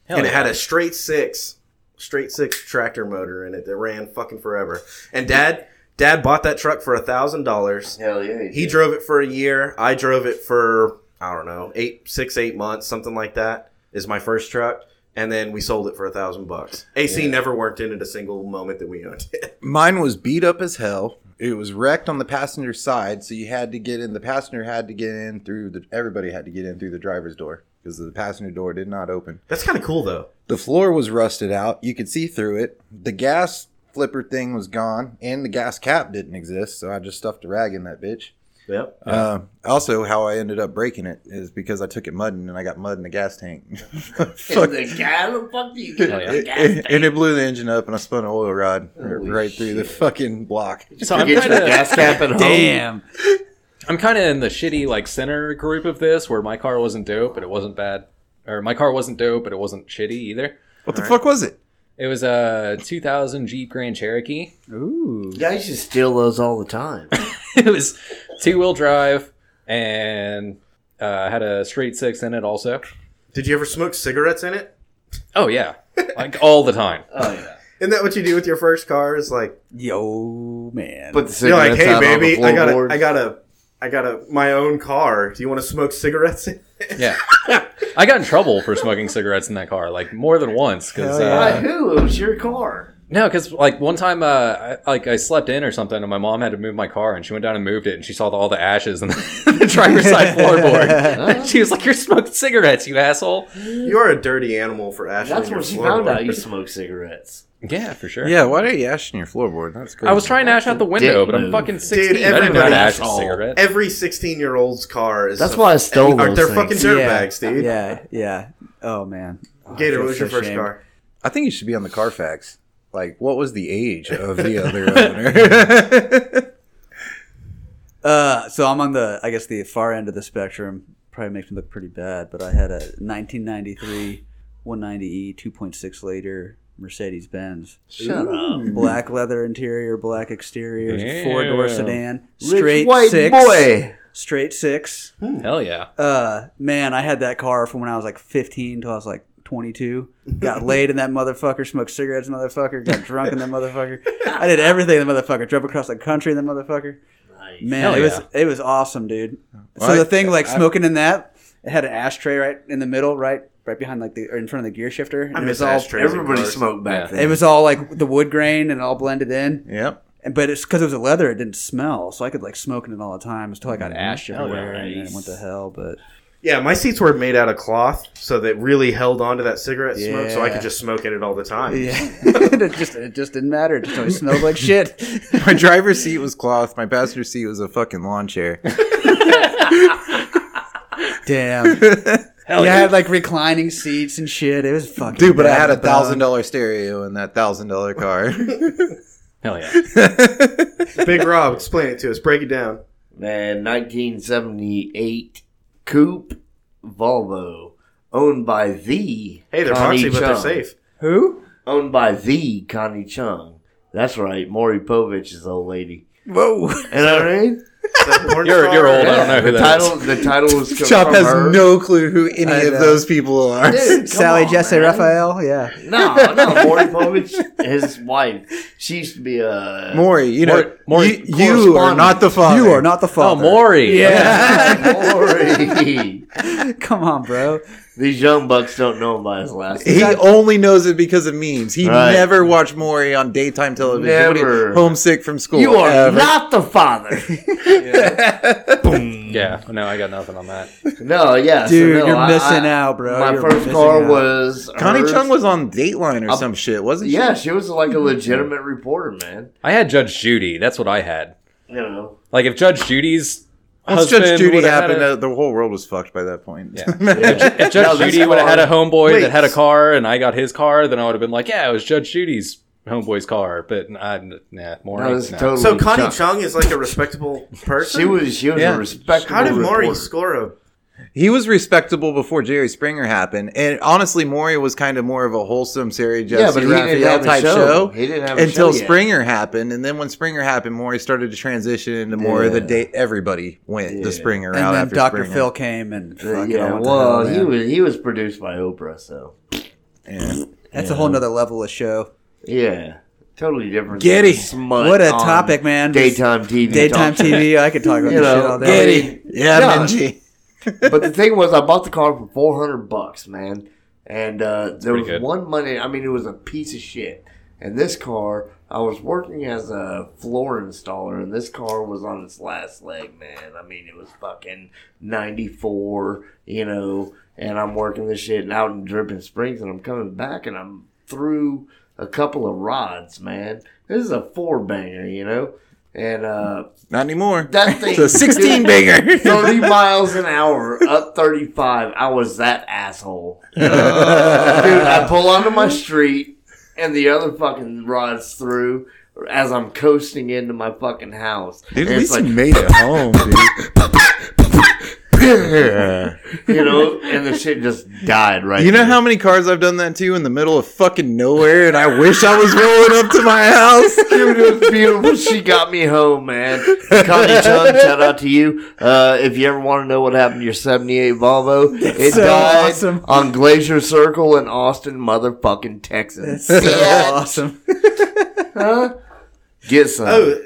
Hell and it yeah. had a straight six, straight six tractor motor in it that ran fucking forever. And dad, dad bought that truck for a thousand dollars. Hell yeah. He did. drove it for a year. I drove it for I don't know eight, six, eight months, something like that. Is my first truck, and then we sold it for a thousand bucks. AC never worked in it a single moment that we owned it. Mine was beat up as hell. It was wrecked on the passenger side, so you had to get in. The passenger had to get in through the. Everybody had to get in through the driver's door because the passenger door did not open. That's kind of cool though. The floor was rusted out. You could see through it. The gas flipper thing was gone, and the gas cap didn't exist. So I just stuffed a rag in that bitch. Yep. Uh, also, how I ended up breaking it is because I took it mudding and I got mud in the gas tank. Fuck. The guy, the fuck do you get Hell yeah. the gas And- and tank? it blew the engine up, and I spun an oil rod Holy right through the fucking block. so I'm Get your kinda- gas cap at home. damn. I'm kind of in the shitty like center group of this, where my car wasn't dope, but it wasn't bad, or my car wasn't dope, but it wasn't shitty either. What the fuck was it? It was a 2000 Jeep Grand Cherokee. Ooh, You guys should steal those all the time. it was two wheel drive and uh, had a straight six in it also. Did you ever smoke cigarettes in it? Oh yeah, like all the time. Oh yeah. Isn't that what you do with your first car? Is like yo man. Put the you're like, cigarettes hey out on the baby, I got a, floorboard." I got a I got a my own car. Do you want to smoke cigarettes? in it?" Yeah. I got in trouble for smoking cigarettes in that car, like more than once. Because Hell yeah. By uh, who? It was your car. no, because like one time, uh, I, like I slept in or something, and my mom had to move my car, and she went down and moved it, and she saw all the ashes in the driver's side floorboard. And she was like, "You're smoking cigarettes, you asshole." You are a dirty animal for Ashley. That's and your where she floor found board. out you smoke cigarettes. Yeah, for sure. Yeah, why are you ashing your floorboard? That's crazy. I was trying to ash out the window, but I'm move. fucking 16. Dude, I didn't know how to everybody- ash a asshole. cigarette. Every sixteen-year-old's car is. That's a- why I stole are- those They're things. fucking dirtbags, dude. Yeah, yeah. Oh man. Oh, I Gator, feel what was so your first ashamed. car? I think you should be on the Carfax. Like, what was the age of the other owner? Uh, so I'm on the, I guess, the far end of the spectrum. Probably makes me look pretty bad, but I had a 1993 190e 2.6 liter Mercedes Benz, Shut up. black leather interior, black exterior, Damn. four door sedan, straight Rich white six, boy. straight six. Hell yeah. Uh, man, I had that car from when I was like 15 till I was like 22. Got laid in that motherfucker, smoked cigarettes, in that motherfucker, got drunk in that motherfucker. I did everything in the motherfucker. Drove across the country in the motherfucker. Nice. Man, Hell it was yeah. it was awesome, dude. so Well, the I- thing like I- smoking in that, it had an ashtray right in the middle, right, right behind like the or in front of the gear shifter. And I it miss was all ashtrays in Everybody cars. smoked back Yeah. then. it was all like the wood grain and all blended in. yep. And but it's because it was a leather, it didn't smell, so I could like smoke in it all the time until I got ash Hell yeah. everywhere and then it Nice. went to hell. But Yeah, my seats were made out of cloth, so that really held onto that cigarette smoke, so I Yeah. could just smoke in it all the time. yeah, it just it just didn't matter. It just always smelled like shit. My driver's seat was cloth. My passenger seat was a fucking lawn chair. Damn. yeah, I had like reclining seats and shit. It was fucking Dude, but I had a bad, uh, bro. thousand dollar stereo in that thousand dollar car. Hell yeah. Big Rob, explain it to us. Break it down. Man, 1978 coupe Volvo, owned by the Hey, they're Connie boxy, but they're Chung. safe. Who? Owned by the Connie Chung. That's right, Maury Povich's old lady. Whoa. You know what I mean? You're- you're old. I don't Yeah, know who the that title, The title was co- Chop from has her. no clue who any I of know. those people are. Dude, come Sally on, Jesse man. Raphael, yeah. No, no, Maury Povich, his wife. She used to be uh, a Maury, you know, Maury- you, you are not the father. You are not the Oh, father. Maury. Yeah. Maury. Come on, bro. These young bucks don't know him by his last name. He only knows it because of memes. He Right. never watched Maury on daytime television. when he was Never. homesick from school. You are ever. not the father. Yeah. No, I got nothing on that. No, yeah, so Dude, no, you're I- missing I- out, bro. My You're first missing car out. was Connie hers. Chung was on Dateline or Uh, some shit, wasn't she? Yeah, she was like a legitimate reporter, man. I had Judge Judy. That's what I had. You know, Like, if Judge Judy's Once husband Judge Judy would've had happened, a- uh, the whole world was fucked by that point. Yeah. If, if No, Judge this Judy would have car- had a homeboy Wait. that had a car and I got his car, then I would have been like, yeah, it was Judge Judy's homeboy's car. But I, nah, more. that was totally. So Connie Chung- Chung is like a respectable person. she was she was Yeah. a respectable. How did Maury reporter. score a? He was respectable before Jerry Springer happened, and honestly, Maury was kind of more of a wholesome Sarah Jesse Yeah, but he didn't Raphael have a type show. show. He didn't have a until show yet. Springer happened, and then when Springer happened, Maury started to transition into more of the Yeah. date. Everybody went Yeah. the Springer route And then after Dr. Springer. Phil came and Uh, fucking yeah, all the well, hell, he man. was he was produced by Oprah, so Yeah. That's a whole nother level of show. yeah, totally different. Getty. smut What a on topic, man. Daytime TV, Daytime talk show. TV, I could talk about You this know, shit all day. Getty. Yeah, Yeah. Benji. but the thing was, I bought the car for four hundred bucks, man. And uh, there pretty was good. one Monday. I mean, it was a piece of shit. And this car, I was working as a floor installer, and this car was on its last leg, man. I mean, it was fucking ninety four, you know. And I'm working this shit and out in Dripping Springs, and I'm coming back, and I'm through a couple of rods, man. This is a four banger, you know. And uh, Not anymore. that thing, It's a sixteen banger. 30 miles an hour up 35. I was that asshole. Dude, I pull onto my street and the other fucking rods through as I'm coasting into my fucking house. Dude, And at it's least like, he made it home, dude. you know, and the shit just died right You know there. how many cars I've done that to in the middle of fucking nowhere, and I wish I was rolling up to my house. Dude, it was beautiful. She got me home, man. Connie Chung, shout out to you. Uh, if you ever want to know what happened to your 78 Volvo, it so died awesome. on Glacier Circle in Austin, motherfucking Texas. That's so awesome. Get some. Oh,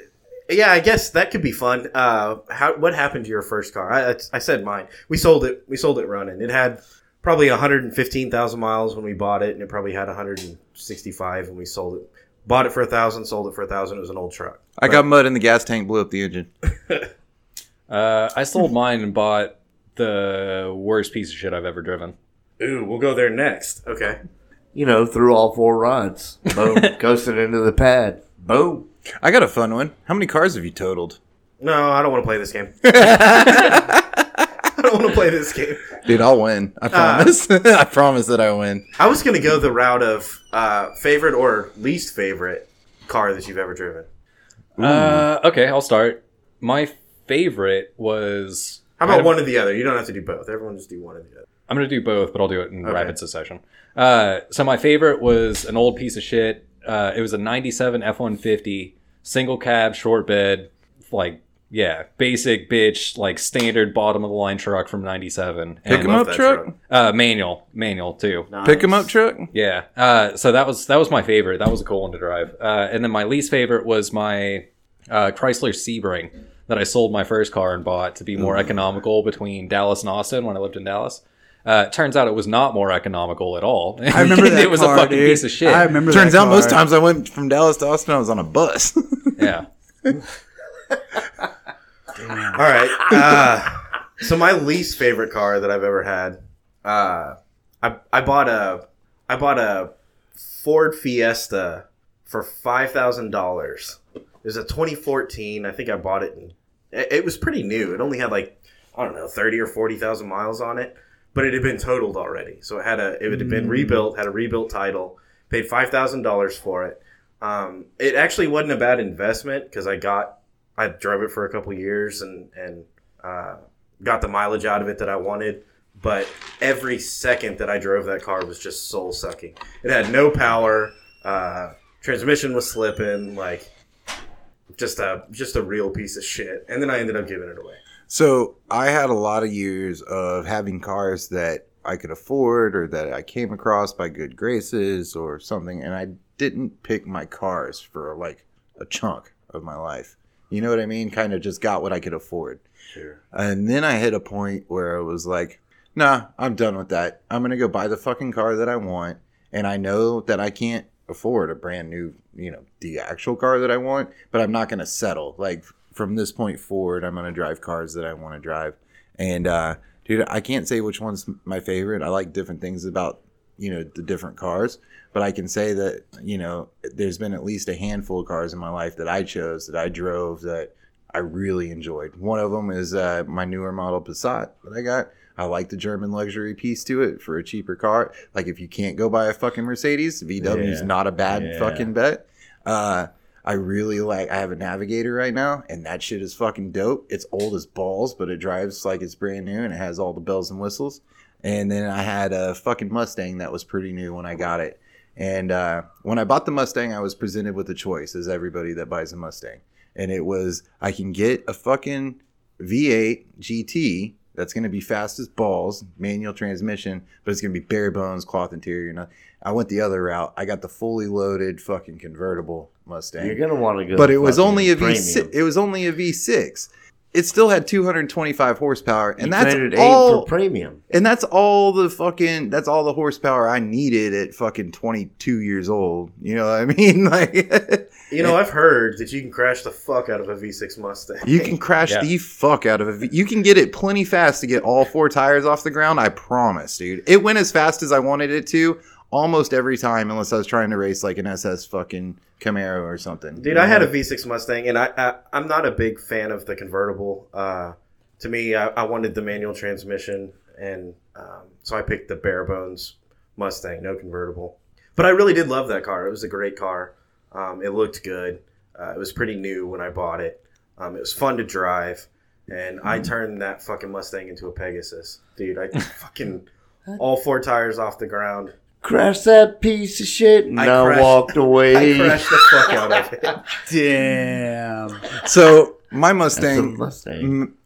yeah, I guess that could be fun. Uh, how what happened to your first car? I, I- I said mine. We sold it. We sold it running. It had probably 115,000 miles when we bought it, and it probably had 165 when we sold it. Bought it for a thousand, sold it for a thousand. It was an old truck. I got mud in the gas tank, blew up the engine. Uh, I sold mine and bought the worst piece of shit I've ever driven. Ooh, we'll go there next. Okay. You know, through all four runs. Boom. Coasting into the pad. Boom. I got a fun one. How many cars have you totaled? No, I don't want to play this game. I don't want to play this game. Dude, I'll win. Uh. I promise. I promise that I win. I was going to go the route of uh, favorite or least favorite car that you've ever driven. Uh, okay, I'll start. My favorite was. How I about had a- one or the other? You don't have to do both. Everyone just do one or the other. I'm gonna do both, but I'll do it in rapid succession. Uh, so my favorite was an old piece of shit. Uh, it was a '97 F-150, single cab, short bed, like yeah, basic bitch, like standard bottom of the line truck from '97. Pick 'em love up that truck. truck. Uh, manual, manual too. Pick 'em up truck. Yeah. Uh, so that was that was my favorite. That was a cool one to drive. Uh, and then my least favorite was my uh, Chrysler Sebring that I sold my first car and bought to be more Mm-hmm. economical between Dallas and Austin when I lived in Dallas. Uh, turns out it was not more economical at all. I remember that it was car, a fucking dude. piece of shit. I remember. Turns that out most car. times I went from Dallas to Austin, I was on a bus. yeah. All right. Uh, so my least favorite car that I've ever had, uh, I I bought a I bought a Ford Fiesta for five thousand dollars. It was a 2014. I think I bought it. In, it it was pretty new. It only had like I don't know thirty or forty thousand miles on it, but it had been totaled already. So it had a it had been rebuilt. Had a rebuilt title. Paid five thousand dollars for it. Um, it actually wasn't a bad investment because I got I drove it for a couple years and and uh, got the mileage out of it that I wanted. But every second that I drove that car was just soul sucking. It had no power. Uh, transmission was slipping. Like just a just a real piece of shit. And then I ended up giving it away. So I had a lot of years of having cars that I could afford or that I came across by good graces or something, and I didn't pick my cars for like a chunk of my life. You know what I mean? Kind of just got what I could afford. Sure. And then I hit a point where I was like, nah, I'm done with that. I'm going to go buy the fucking car that I want. And I know that I can't afford a brand new, you know, the actual car that I want, but I'm not going to settle. Like from this point forward, I'm going to drive cars that I want to drive. And, uh, dude, I can't say which one's my favorite. I like different things about, you know, the different cars, but I can say that, you know, there's been at least a handful of cars in my life that I chose, that I drove, that I really enjoyed. One of them is uh, my newer model Passat that I got. I like the German luxury piece to it for a cheaper car. Like if you can't go buy a fucking Mercedes, VW is Yeah. not a bad Yeah. fucking bet. Uh, I really like. I have a Navigator right now, and that shit is fucking dope. It's old as balls, but it drives like it's brand new, and it has all the bells and whistles. And then I had a fucking Mustang that was pretty new when I got it. And uh, when I bought the Mustang, I was presented with a choice, as everybody that buys a Mustang and it was I can get a fucking V8 GT that's going to be fast as balls, manual transmission, but it's going to be bare bones, cloth interior. And I, I went the other route. I got the fully loaded fucking convertible Mustang You're going to want to go. but it was fucking only a V premium. six. It was only a V six. It still had 225 horsepower, and You traded that's eight all. for premium. and that's all the fucking. That's all the horsepower I needed at fucking 22 years old. You know what I mean? Like You know, I've heard that you can crash the fuck out of a V6 Mustang. you can crash Yeah. the fuck out of a. V- You can get it plenty fast to get all four tires off the ground. I promise, dude. It went as fast as I wanted it to almost every time, unless I was trying to race like an SS fucking Camaro or something. Dude, I had a V6 Mustang, and I, I I'm not a big fan of the convertible. Uh, to me, I, I wanted the manual transmission, and um, so I picked the bare bones Mustang, no convertible. But I really did love that car. It was a great car. Um, it looked good. Uh, it was pretty new when I bought it. Um, it was fun to drive, and I turned that fucking Mustang into a Pegasus, dude. I fucking all four tires off the ground. Crashed that piece of shit and I I, crashed- walked I away. crashed the fuck out of it. Damn. So my That's a Mustang Mustang. m-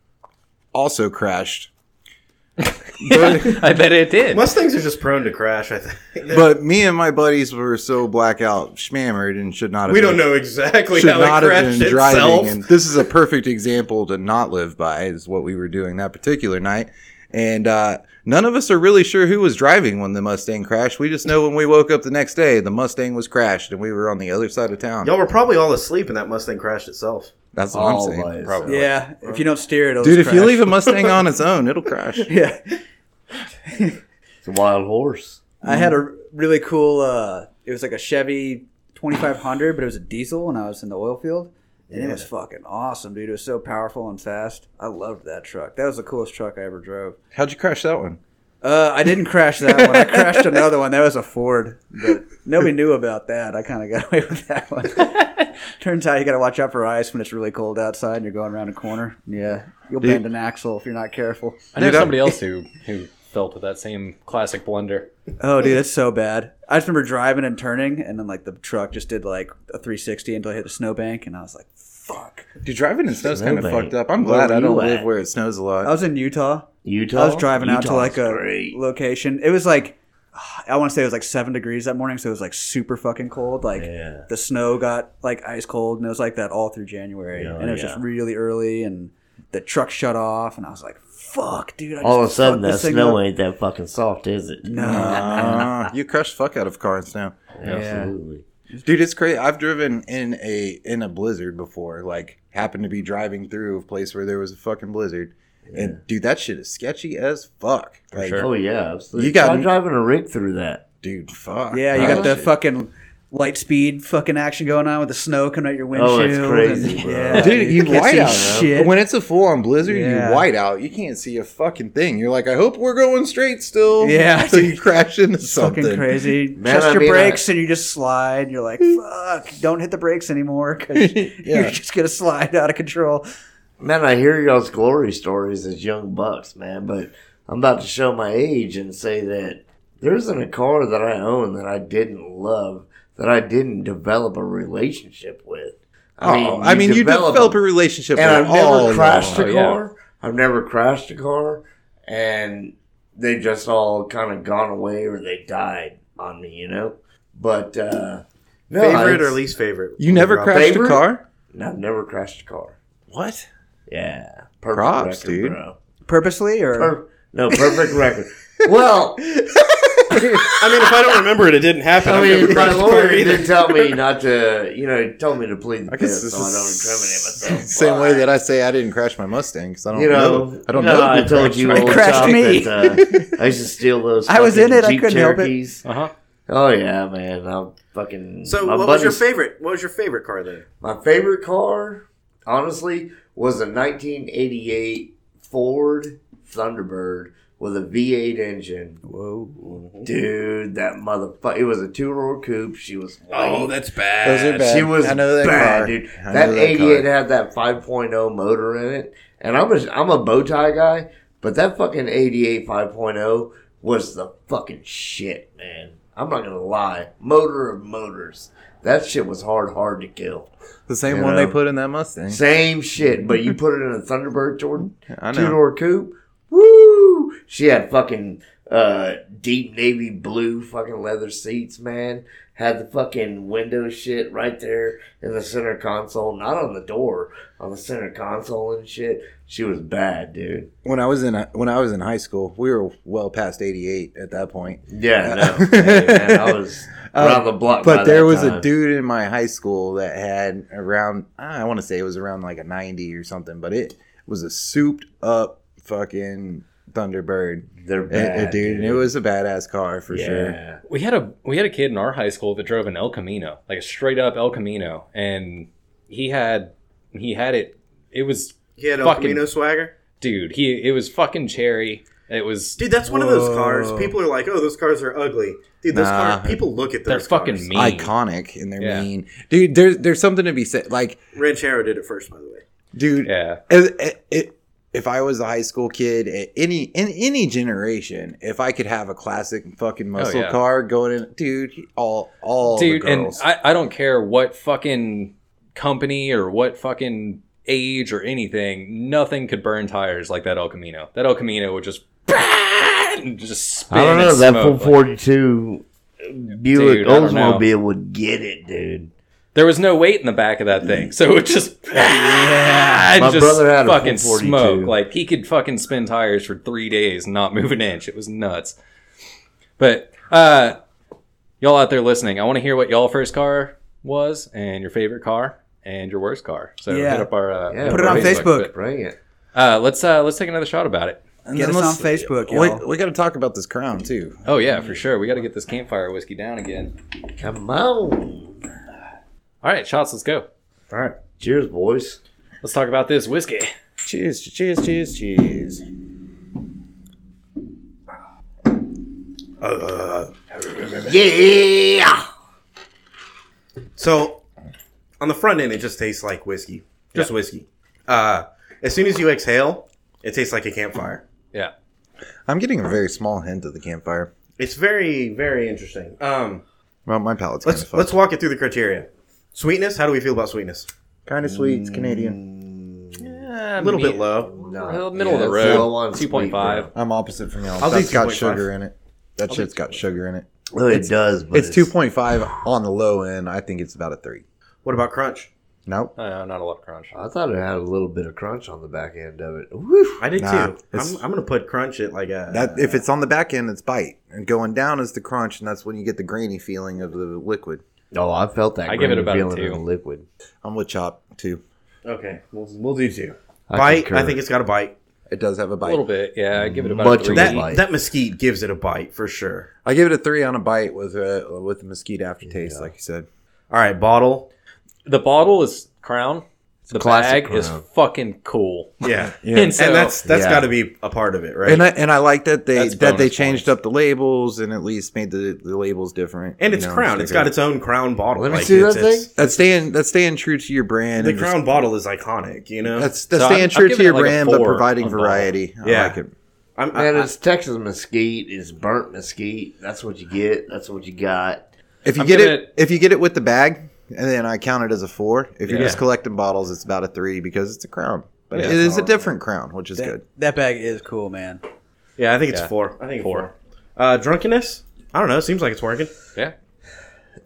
also crashed. I bet it did. Mustangs are just prone to crash. I think. But me and my buddies were so blackout schmammered and should not have we been- don't know exactly should how not it crashed have been driving. itself. And this is a perfect example to not live by, is what we were doing that particular night. And uh, none of us are really sure who was driving when the Mustang crashed. We just know when we woke up the next day, the Mustang was crashed and we were on the other side of town. Y'all were probably all asleep, and that Mustang crashed itself. That's what I'm All saying. by itself. Probably. Yeah, if you don't steer it, it'll Dude, just if you crash. leave a Mustang on its own, it'll crash. yeah. It's a wild horse. I had Mm. a really cool. Uh, it was like a Chevy 2500, but it was a diesel, and I was in the oil field, and it was fucking awesome, dude. It was so powerful and fast. I loved that truck. That was the coolest truck I ever drove. How'd you crash that one? Uh, I didn't crash that one. I crashed another one. That was a Ford, but nobody knew about that. I kind of got away with that one. Turns out you got to watch out for ice when it's really cold outside and you're going around a corner. Yeah, you'll Dude. bend an axle if you're not careful. I know Dude, I- somebody else who who fell to that same classic blunder. Oh, dude, it's so bad. I just remember driving and turning, and then like the truck just did like a 360 until I hit the snowbank, and I was like, "Fuck!" Dude, driving in snow's kind of Snowbank. fucked up. I'm Where glad were I don't you at? live where it snows a lot. I was in Utah. Utah. I was driving out to like a Utah's great. location. It was like I want to say it was like seven degrees that morning, so it was like super fucking cold. Like Yeah. the snow got like ice cold, and it was like that all through January, Yeah, and it was yeah. just really early, and the truck shut off, and I was like, "Fuck, dude!" I All of a just sudden, fucked that this thing snow up." ain't that fucking soft, is it? No. Ah, you crash the fuck out of cars now. Absolutely. Dude, it's crazy. I've driven in a in a blizzard before. Like, happened to be driving through a place where there was a fucking blizzard, and dude, that shit is sketchy as fuck. Like, sure. Oh yeah, absolutely. You got- Try driving a rig through that. dude, fuck. Yeah, Oh, you got the That shit. fucking light speed fucking action going on with the snow coming out your windshield. Oh, it's crazy, and- bro. Yeah, Dude, you can't white see out. Shit. When it's a full on blizzard, Yeah. you white out. You can't see a fucking thing. You're like, I hope we're going straight still. Yeah, so you dude. crash into It's something. fucking crazy. Man, Test I your mean, I- brakes and you just slide. You're like, fuck, don't hit the brakes anymore because Yeah. you're just gonna slide out of control. Man, I hear y'all's glory stories as young bucks, man, but I'm about to show my age and say that there isn't a car that I own that I didn't love, that I didn't develop a relationship with. Oh, I mean, you develop, a them, relationship. and with I've all never of crashed them. a Oh, yeah. car. I've never crashed a car, and they just all kind of gone away or they died on me, you know. But uh, no, favorite or it's- least favorite? You never Rob? crashed Favorite? a car? I've never crashed a car. What? Yeah, perfect Props, record, dude. bro. Purposely or Per- no, perfect record. Well, I mean, if I don't remember it, it didn't happen. I I've mean, never my crashed a car lawyer either. didn't tell me not to, you know, he told me to plead the I guess fifth, this so I don't is incriminate myself. same way But, that I say I didn't crash my Mustang because I don't you know, know. I don't no, know. I who told crashed you my old car. crashed top me. that, uh, I used to steal those. I was in fucking it, I Jeep couldn't help it. Cherokees. Uh huh. Oh yeah, man. I'm fucking. So, my what was your buddies- favorite? What was your favorite car then? My favorite car, honestly, was a 1988 Ford Thunderbird with a V8 engine. whoa? Dude, that motherfucker. It was a two door coupe. She was white. that's bad. Those are bad. She was I know that bad, car. dude. I know That, that 88 car. had that 5.0 motor in it. And I'm a, I'm a bow tie guy, but that fucking 88 5.0 was the fucking shit, man. I'm not going to lie. Motor of motors. That shit was hard, hard to kill. The same You one know. they put in that Mustang. Same shit, but you put it in a Thunderbird, Jordan. I Two know. door coupe. Woo! She had fucking uh, deep navy blue fucking leather seats, man. Had the fucking window shit right there in the center console, not on the door, on the center console and shit. She was bad, dude. When I was in when I was in high school, we were well past 88 at that point. Yeah, no. Hey, man, I was around the block. by Uh, But there that was a time. dude in my high school that had around I want to say it was around like a 90 or something, but it was a souped up fucking Thunderbird, They're It- it- bad, dude, and it was a badass car for sure. Yeah. We had a we had a kid in our high school that drove an El Camino, like a straight up El Camino, and he had he had it. It was He had El Fucking- Camino swagger. dude. He it was fucking cherry. It was Dude, that's one of those cars. Whoa. People are like, "Oh, those cars are ugly." Dude, those Nah. cars. People look at they're those. fucking cars. mean. Iconic and they're Yeah. mean, dude. There's there's something to be said. Like, Ranchero did it first, by the way. dude, Yeah, it, it, it, if I was a high school kid at any in any generation, if I could have a classic fucking muscle Oh, yeah. car going in, dude, all all dude. the And girls. I I don't care what fucking company or what fucking age or anything. Nothing could burn tires like that El Camino. That El Camino would just and just spin. I don't know. and That smoke. Like, 442 Buick Dude, I don't know. Oldsmobile would get it, dude. there was no weight in the back of that thing, so it just yeah, My just brother had a fucking 442. smoke. Like he could fucking spin tires for three days and not move an inch. It was nuts. But uh, y'all out there listening, I want to hear what y'all first car was and your favorite car and your worst car. So Yeah. hit up our uh, Yeah, hit Put it up on our Facebook. Bring it. But, uh, let's uh, let's take another shot about it. And then Get us let's- on Facebook, y'all. We, we got to talk about this crown too. Oh yeah, for sure. We got to get this campfire whiskey down again. Come on. All right, shots. Let's go. All right. Cheers, boys. Let's talk about this whiskey. Cheers, cheers, cheers, cheers. Uh, Yeah. So on the front end, it just tastes like whiskey, just whiskey. Uh, as soon as you exhale, it tastes like a campfire. Yeah. I'm getting a very small hint of the campfire. It's very, very interesting. Um, Well, my palate's kind let's of let's walk it through the criteria. Sweetness. How do we feel about sweetness? kind of sweet. It's Canadian. A A little bit low. Well, No. middle of the Yeah, it's low road, on sweet, two point five. bro. I'm opposite from y'all. I'll do That's got 2.5. sugar in it. That shit's got sugar in it. Well, it does, but It's 2.5 on the low end. I think it's about a three. What about crunch? Nope. Uh, not a lot of crunch. I thought it had a little bit of crunch on the back end of it. Woo. I did Nah, too. it's- I'm, I'm gonna put crunch at like a That if it's on the back end, it's bite, and going down is the crunch, and that's when you get the grainy feeling of the liquid. Oh, I felt that. I give it grainy about a feeling in two. the liquid. I'm with chop too. okay. We'll, we'll do two. I bite. concur. I think it's got a bite. It does have a A bite. little bit, yeah. I give it about Much a three. of a That bite. that mesquite gives it a bite for sure. I give it a three on a bite with a with a mosquito aftertaste, Yeah. like you said. All right, bottle. The bottle is crown. The classic bag is Crown. fucking cool. Yeah. Yeah. And so and that's that's Yeah. got to be a part of it, right? And I and I like that they That's that they bonus changed points. up the labels and at least made the, the labels different. and you it's know, crown. so It's got good. its own crown bottle. Let me see that it's- that's staying that's staying true to your brand. The and just- crown bottle is iconic, you know. that's that's So I'm- staying I'm true to giving your it like a brand, but four providing on bottle. variety. I Yeah. like it. I'm, I, Man, I, it's Texas mesquite. It's burnt mesquite. That's what you get. That's what you got. If you I'm get giving it, it- if you get it with the bag, and then I count it as a four. If you're Yeah. just collecting bottles, it's about a three because it's a crown, but Yeah. it is a different crown, which is that, good. that bag is cool, man. yeah, I think it's Yeah. four. I think Four. four. Uh, drunkenness. I don't know. It seems like it's working. Yeah.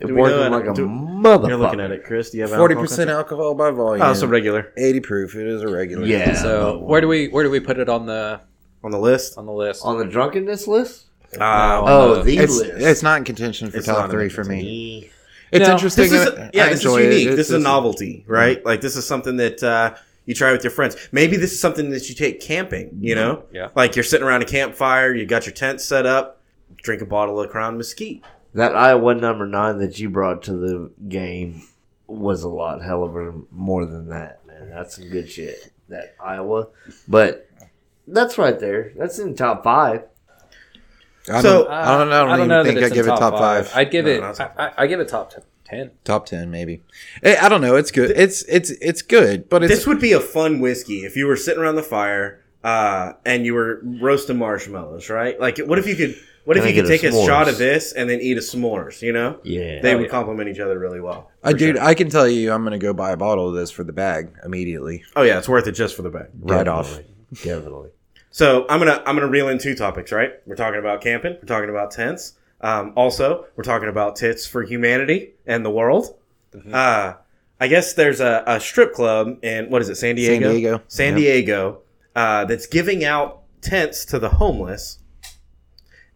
It's we working know- like a do- motherfucker. You're looking at it, Chris. Do you have Forty alcohol percent content? alcohol by volume. Oh, so regular eighty proof. It is a regular. Yeah. So but where do we where do we put it on the on the list. on the list? on the drunkenness list? Uh, Oh, Oh, the It's, list. it's not in contention for It's top not in three for me. Me. It's No. interesting. this is I- yeah, I this is enjoy it. unique. It's- This is a it's- novelty, right? Like this is something that uh, you try with your friends. Maybe this is something that you take camping. You know, Mm-hmm. Yeah. Like you're sitting around a campfire, you got your tent set up, drink a bottle of Crown Mesquite. That Iowa number nine that you brought to the game was a lot hell of a more than that, man. That's some good shit. That Iowa. But that's right there. That's in top five. I So- don't, Uh, I don't know. I don't, even that think I it's in give it top five. I'd give No, it. not top I, I, I give it top t- ten. top ten, maybe. Eh, I don't know. It's good. It's it's it's good, but it's This would be a fun whiskey if you were sitting around the fire uh, and you were roasting marshmallows, right? Like, what if you could? What if Can I you could get take a a, s'mores? shot of this and then eat a s'mores? You know, Yeah. they Oh, would yeah. complement each other really well. I For dude, sure. I can tell you, I'm gonna go buy a bottle of this for the bag immediately, Oh yeah, it's worth it just for the bag. right off. Definitely. So I'm gonna I'm gonna reel in two topics, right? We're talking about camping. We're talking about tents. Um, also, we're talking about tits for humanity and the world. Mm-hmm. Uh, I guess there's a, a strip club in what is it, San Diego? San Diego. San Diego uh, that's giving out tents to the homeless,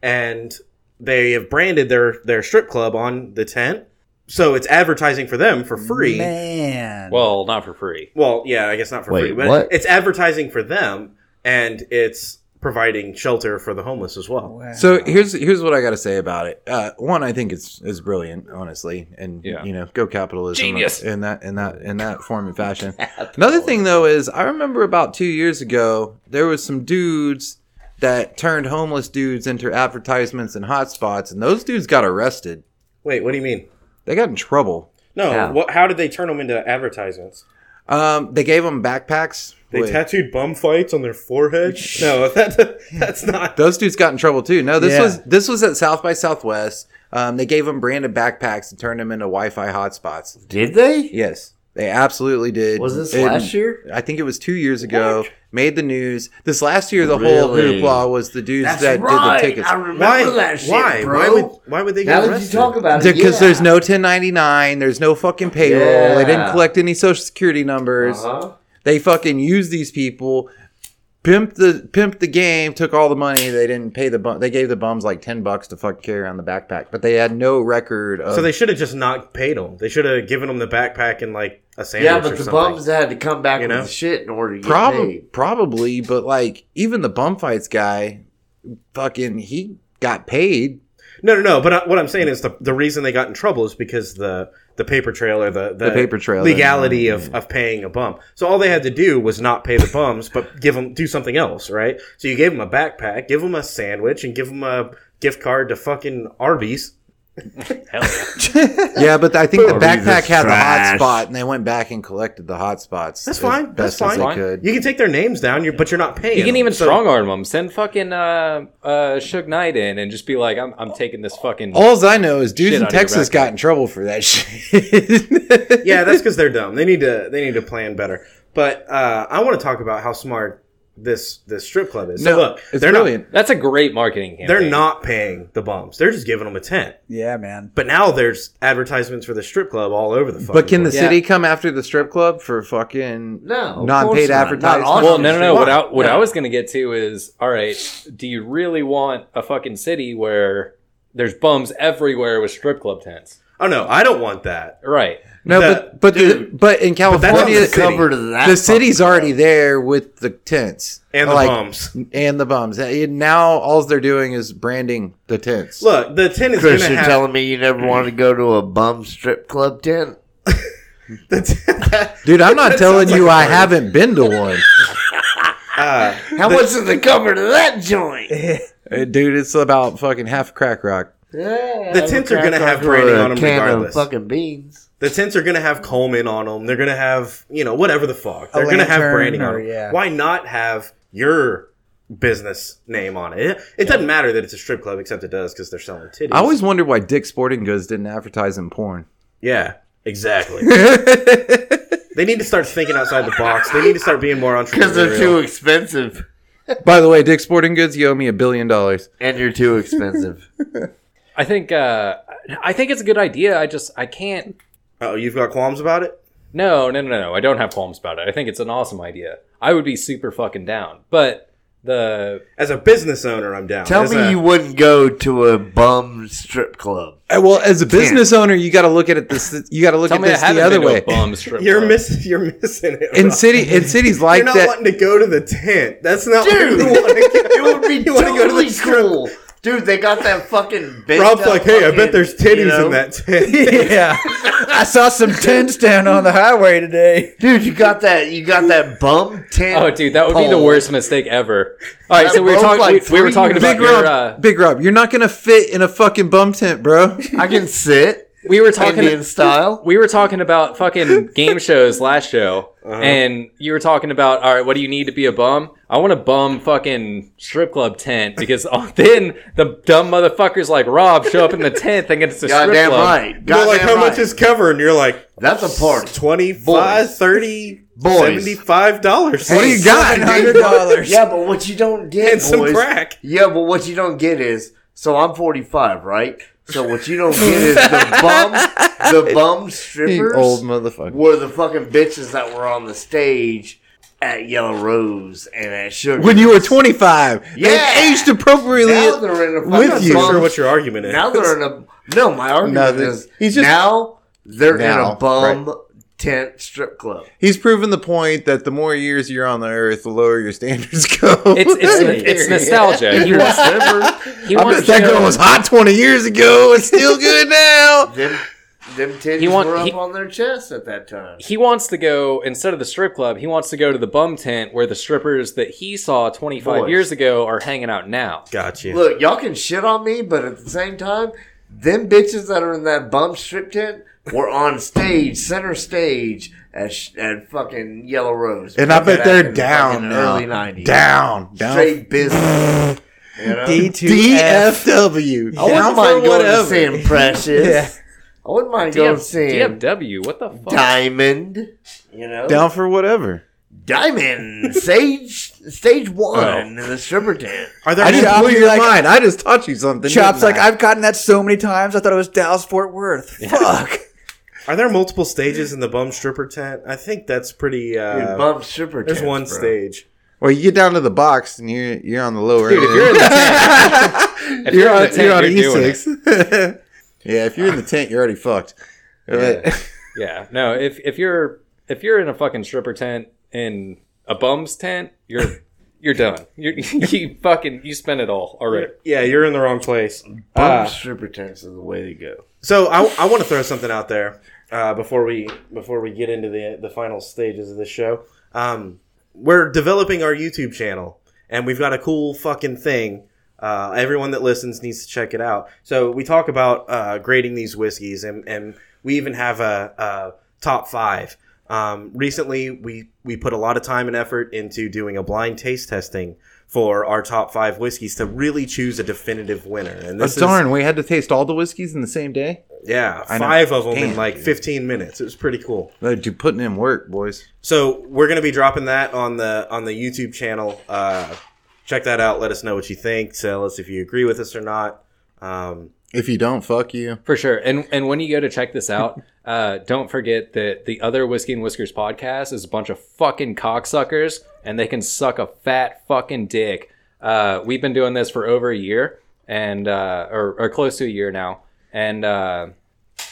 and they have branded their their strip club on the tent, so it's advertising for them for free. Man. Well, not for free. Well, yeah, I guess not for Wait, free, but what? it's advertising for them, and it's providing shelter for the homeless as well. Wow. So here's here's what I got to say about it. Uh, one, I think it's is brilliant, honestly, and Yeah. you know, go capitalism, Genius. in that in that in that form and fashion. Another thing though is I remember about two years ago there was some dudes that turned homeless dudes into advertisements and hotspots, and those dudes got arrested. Wait, what do you mean? They got in trouble. No, How? what? How did they turn them into advertisements? Um, they gave them backpacks. They with- tattooed bum fights on their forehead. no, that, that's not. those dudes got in trouble too. No, this Yeah. was this was at South by Southwest. Um, they gave them branded backpacks and turned them into Wi-Fi hotspots. Did they? Yes, they absolutely did. Was this And last year? I think it was two years ago. made the news. This last year, the whole Really? hoopla was the dudes That's that right. did the tickets. I remember Why? that shit, why? bro. Why would? Why would they now get that you arrested? talk about it, Because yeah. there's no 1099, there's no fucking payroll. They didn't Yeah. collect any social security numbers. Uh-huh. They fucking used these people, pimped the pimped the game, took all the money. They didn't pay the bum. They gave the bums like 10 bucks to fuck carry around the backpack, but they had no record of. so they should have just not paid them. They should have given them the backpack and like a sandwich. Yeah, but or the something. bums had to come back You know? with the shit in order to get Prob- paid. probably, but like even the bum fights guy, fucking he got paid. No, no, no. But I, what I'm saying is the the reason they got in trouble is because the the paper trail or the the, The paper trail, Uh, legality of, of paying a bum. So all they had to do was not pay the bums, but give them do something else, right? So you gave them a backpack, give them a sandwich, and give them a gift card to fucking Arby's. Yeah, but I think the Or backpack Jesus had the hot trash. spot, and they went back and collected the hot spots. That's as fine. That's best as fine. they could. You can take their names down, you're, but you're not paying. You can them. even So- strong arm them. Send fucking uh, uh, Suge Knight in and just be like, I'm, I'm taking this fucking. All I know is dudes Shit in out of your Texas backpack. got in trouble for that shit. yeah, that's because they're dumb. They need to they need to plan better. But uh, I want to talk about how smart this this strip club is. So No, look, it's they're brilliant. That's a great marketing campaign. not they're not paying the bums. They're just giving them a tent. Yeah, man. But now there's advertisements for the strip club all over the. Fucking But can the place. Yeah. city come after the strip club for fucking No, of non-paid course not. advertising? Not all Well, no, no, no. What I, Why? what I Yeah. was going to get to is, all right, do you really want a fucking city where there's bums everywhere with strip club tents? Oh no, I don't want that. Right. no, the- but but the, dude, but in that's California, on the, the city. cover to that. city's fucking- already there with the tents And the Like, bums. and the bums. And now all they're doing is branding the tents. Look, the tent is Chris, gonna you're have telling me you never wanted to go to a bum strip club tent? the tent- Dude, I'm not That telling sounds you like a I haven't been to one. uh, How much is the cover to that joint? Uh, Dude, it's about fucking half crack rock. Yeah, The tents are gonna have branding on 'em regardless. fucking beans. the tents are gonna have Coleman on them. They're gonna have you know whatever the fuck. They're gonna have lantern branding on or- 'em. yeah. Why not have your business name on it? It, it doesn't matter that it's a strip club, except it does because they're selling titties. I always wondered why Dick Sporting Goods didn't advertise in porn. yeah, exactly. they need to start thinking outside the box. They need to start being more Because they're entrepreneurial. too expensive, By the way, Dick Sporting Goods, you owe me a billion dollars. and you're too expensive. I think uh, I think it's a good idea. I just I can't. Oh, you've got qualms about it? No, no, no, no. I don't have qualms about it. I think it's an awesome idea. I would be super fucking down. But the As a business owner, I'm down. Tell As me a- you wouldn't go to a bum strip club. Uh, Well, as a business owner, you got to look at it this. You got to look tell at me I this haven't the other been to way. a bum strip. You're club. missing. You're missing it. In Rob. city, in cities like You're not that, wanting to go to the tent. That's not Dude, what you want to It would be You wanna go to the totally strip- cool, dude. They got that fucking. go. bent Rob's up like, hey, I fucking, bet there's titties you know? in that tent. yeah, I saw some tents down on the highway today. Dude, you got that. You got that bum tent. Oh, dude, that would be the pole. worst mistake ever. All right, so we were That broke talking. like we, we were three talking about big your. Rob, Uh, big Rob, you're not gonna fit in a fucking bum tent, bro. I can sit. we were talking Indian style. we were talking about fucking game shows last show, Uh-huh. and you were talking about all right, what do you need to be a bum? I want a bum fucking strip club tent because oh, then the dumb motherfuckers like Rob show up in the tent thinking it's a strip Goddamn club. right. You're Goddamn like, how right. much is cover? And you're like, That's a party. 25 Boys. 30 Boys. 75 dollars What do you got, Hundred dude? dollars. Yeah, but what you don't get and some boys- crack Yeah, but what you don't get is so I'm 45, right? So what you don't get is the bum, the bum You strippers old motherfucker. were the fucking bitches that were on the stage at Yellow Rose and at Sugar. When you were 25, Yeah. they aged appropriately. now they're in a fucking with you. I'm not sure bum- what your argument is now they're in a no. My No, argument they- is he's just- now they're in Now, a bum tent strip club. He's proven the point that the more years you're on the earth, the lower your standards go. It's it's, it's nostalgia. If He you're a wants, stripper, he I wants bet that to- girl was hot 20 years ago. It's still good now. them them titties He want- were up he- on their chest at that time. he wants to go instead of the strip club. He wants to go to the bum tent where the strippers that he saw 25 Boys. years ago are hanging out now. got you Look, y'all can shit on me, but at the same time, them bitches that are in that bum strip tent were on stage, center stage at, sh- at fucking Yellow Rose. And I Back bet they're in the down fucking now. Early nineties, Down, down. straight business. you know? DF. DFW. Down I wouldn't for mind going to whatever. seeing Precious. Yeah. I wouldn't mind going DF, seeing DFW, what the fuck? Diamond. You know, Down for whatever. Diamond Stage Stage Oh. One in the stripper tent. Are there I any- just Chops, blew you're your like- mind. I just taught you something. Chops didn't like I? I've gotten that so many times. I thought it was Dallas Fort Worth. Fuck. are there multiple stages in the bum stripper tent? I think that's pretty. Dude, Uh, bum stripper there's tents, one bro. stage. Well, you get down to the box and you're you're on the lower Dude, if end. you're in the tent, if you're, in the tent, you're, E doing it. E6. E yeah, if you're in the tent, you're already fucked. Yeah. Yeah, no. If if you're if you're in a fucking stripper tent in a bum's tent, you're you're done. You you fucking you spent it all already. Yeah, you're in the wrong place. Bum Uh, stripper tents is the way to go. So I, I want to throw something out there uh, before we before we get into the the final stages of this show. Um, we're developing our YouTube channel, and we've got a cool fucking thing. Uh, everyone that listens needs to check it out. So we talk about uh, grading these whiskeys, and, and we even have a, a top five. Um, recently, we we put a lot of time and effort into doing a blind taste testing for our top five whiskeys to really choose a definitive winner. And Oh, this is, darn, we had to taste all the whiskeys in the same day. yeah, I know. five of them in Damn, like dude. 15 minutes. It was pretty cool. Like, you putting in work, boys. So we're gonna be dropping that on the on the YouTube channel. Uh, check that out. Let us know what you think. Tell us if you agree with us or not. Um, If you don't, fuck you. For sure. And and when you go to check this out, uh, don't forget that the other Whiskey and Whiskers podcast is a bunch of fucking cocksuckers and they can suck a fat fucking dick. Uh, we've been doing this for over a year and uh, or, or close to a year now. And uh,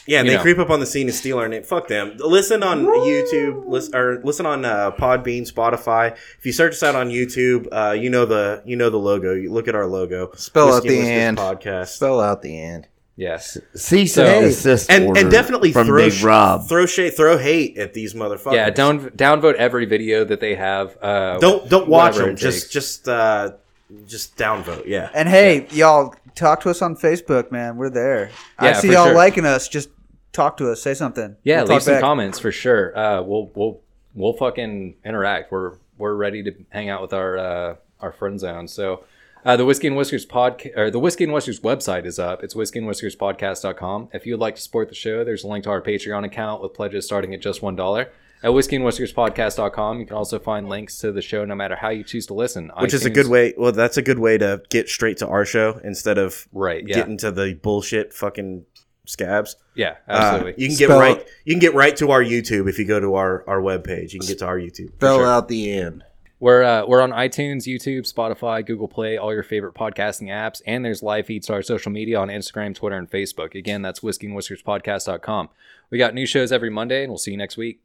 yeah, and You they know. creep up on the scene and steal our name. Fuck them. Listen on YouTube. Listen or listen on uh, Podbean, Spotify. If you search us out on YouTube, uh, you know the you know the logo. You look at our logo. Spell out Whiskey the Whiskers end. podcast. Spell out the end. yes. Cease and and Hey. desist And, and definitely from throw Big sh- Rob. throw shade, throw hate at these motherfuckers. Yeah, down downvote every video that they have. Uh, don't don't watch whatever them. it Just takes. just uh, just downvote. Yeah. And hey, y'all, talk to us on Facebook, man. We're there. I Yeah, see for y'all sure. liking us. Just talk to us. Say something. Yeah, We'll talk leave some back. comments for sure. Uh, we'll we'll we'll fucking interact. We're we're ready to hang out with our uh, our friend zone. So uh, the Whiskey and Whiskers podcast or the Whiskey and Whiskers website is up. It's whiskey and whiskers podcast.com. If you'd like to support the show, there's a link to our Patreon account with pledges starting at just one dollar. At whiskey and whiskers podcast.com, you can also find links to the show no matter how you choose to listen. which is a iTunes- good way. Well, that's a good way to get straight to our show instead of Right, yeah. getting to the bullshit fucking scabs. Yeah, Uh, absolutely. you can get Spell- right. You can get right to our YouTube if you go to our our webpage. You can get to our YouTube. Spell out the end. We're uh, we're on iTunes, YouTube, Spotify, Google Play, all your favorite podcasting apps, and there's live feeds to our social media on Instagram, Twitter, and Facebook. Again, that's whiskey and whiskers podcast.com. We got new shows every Monday, and we'll see you next week.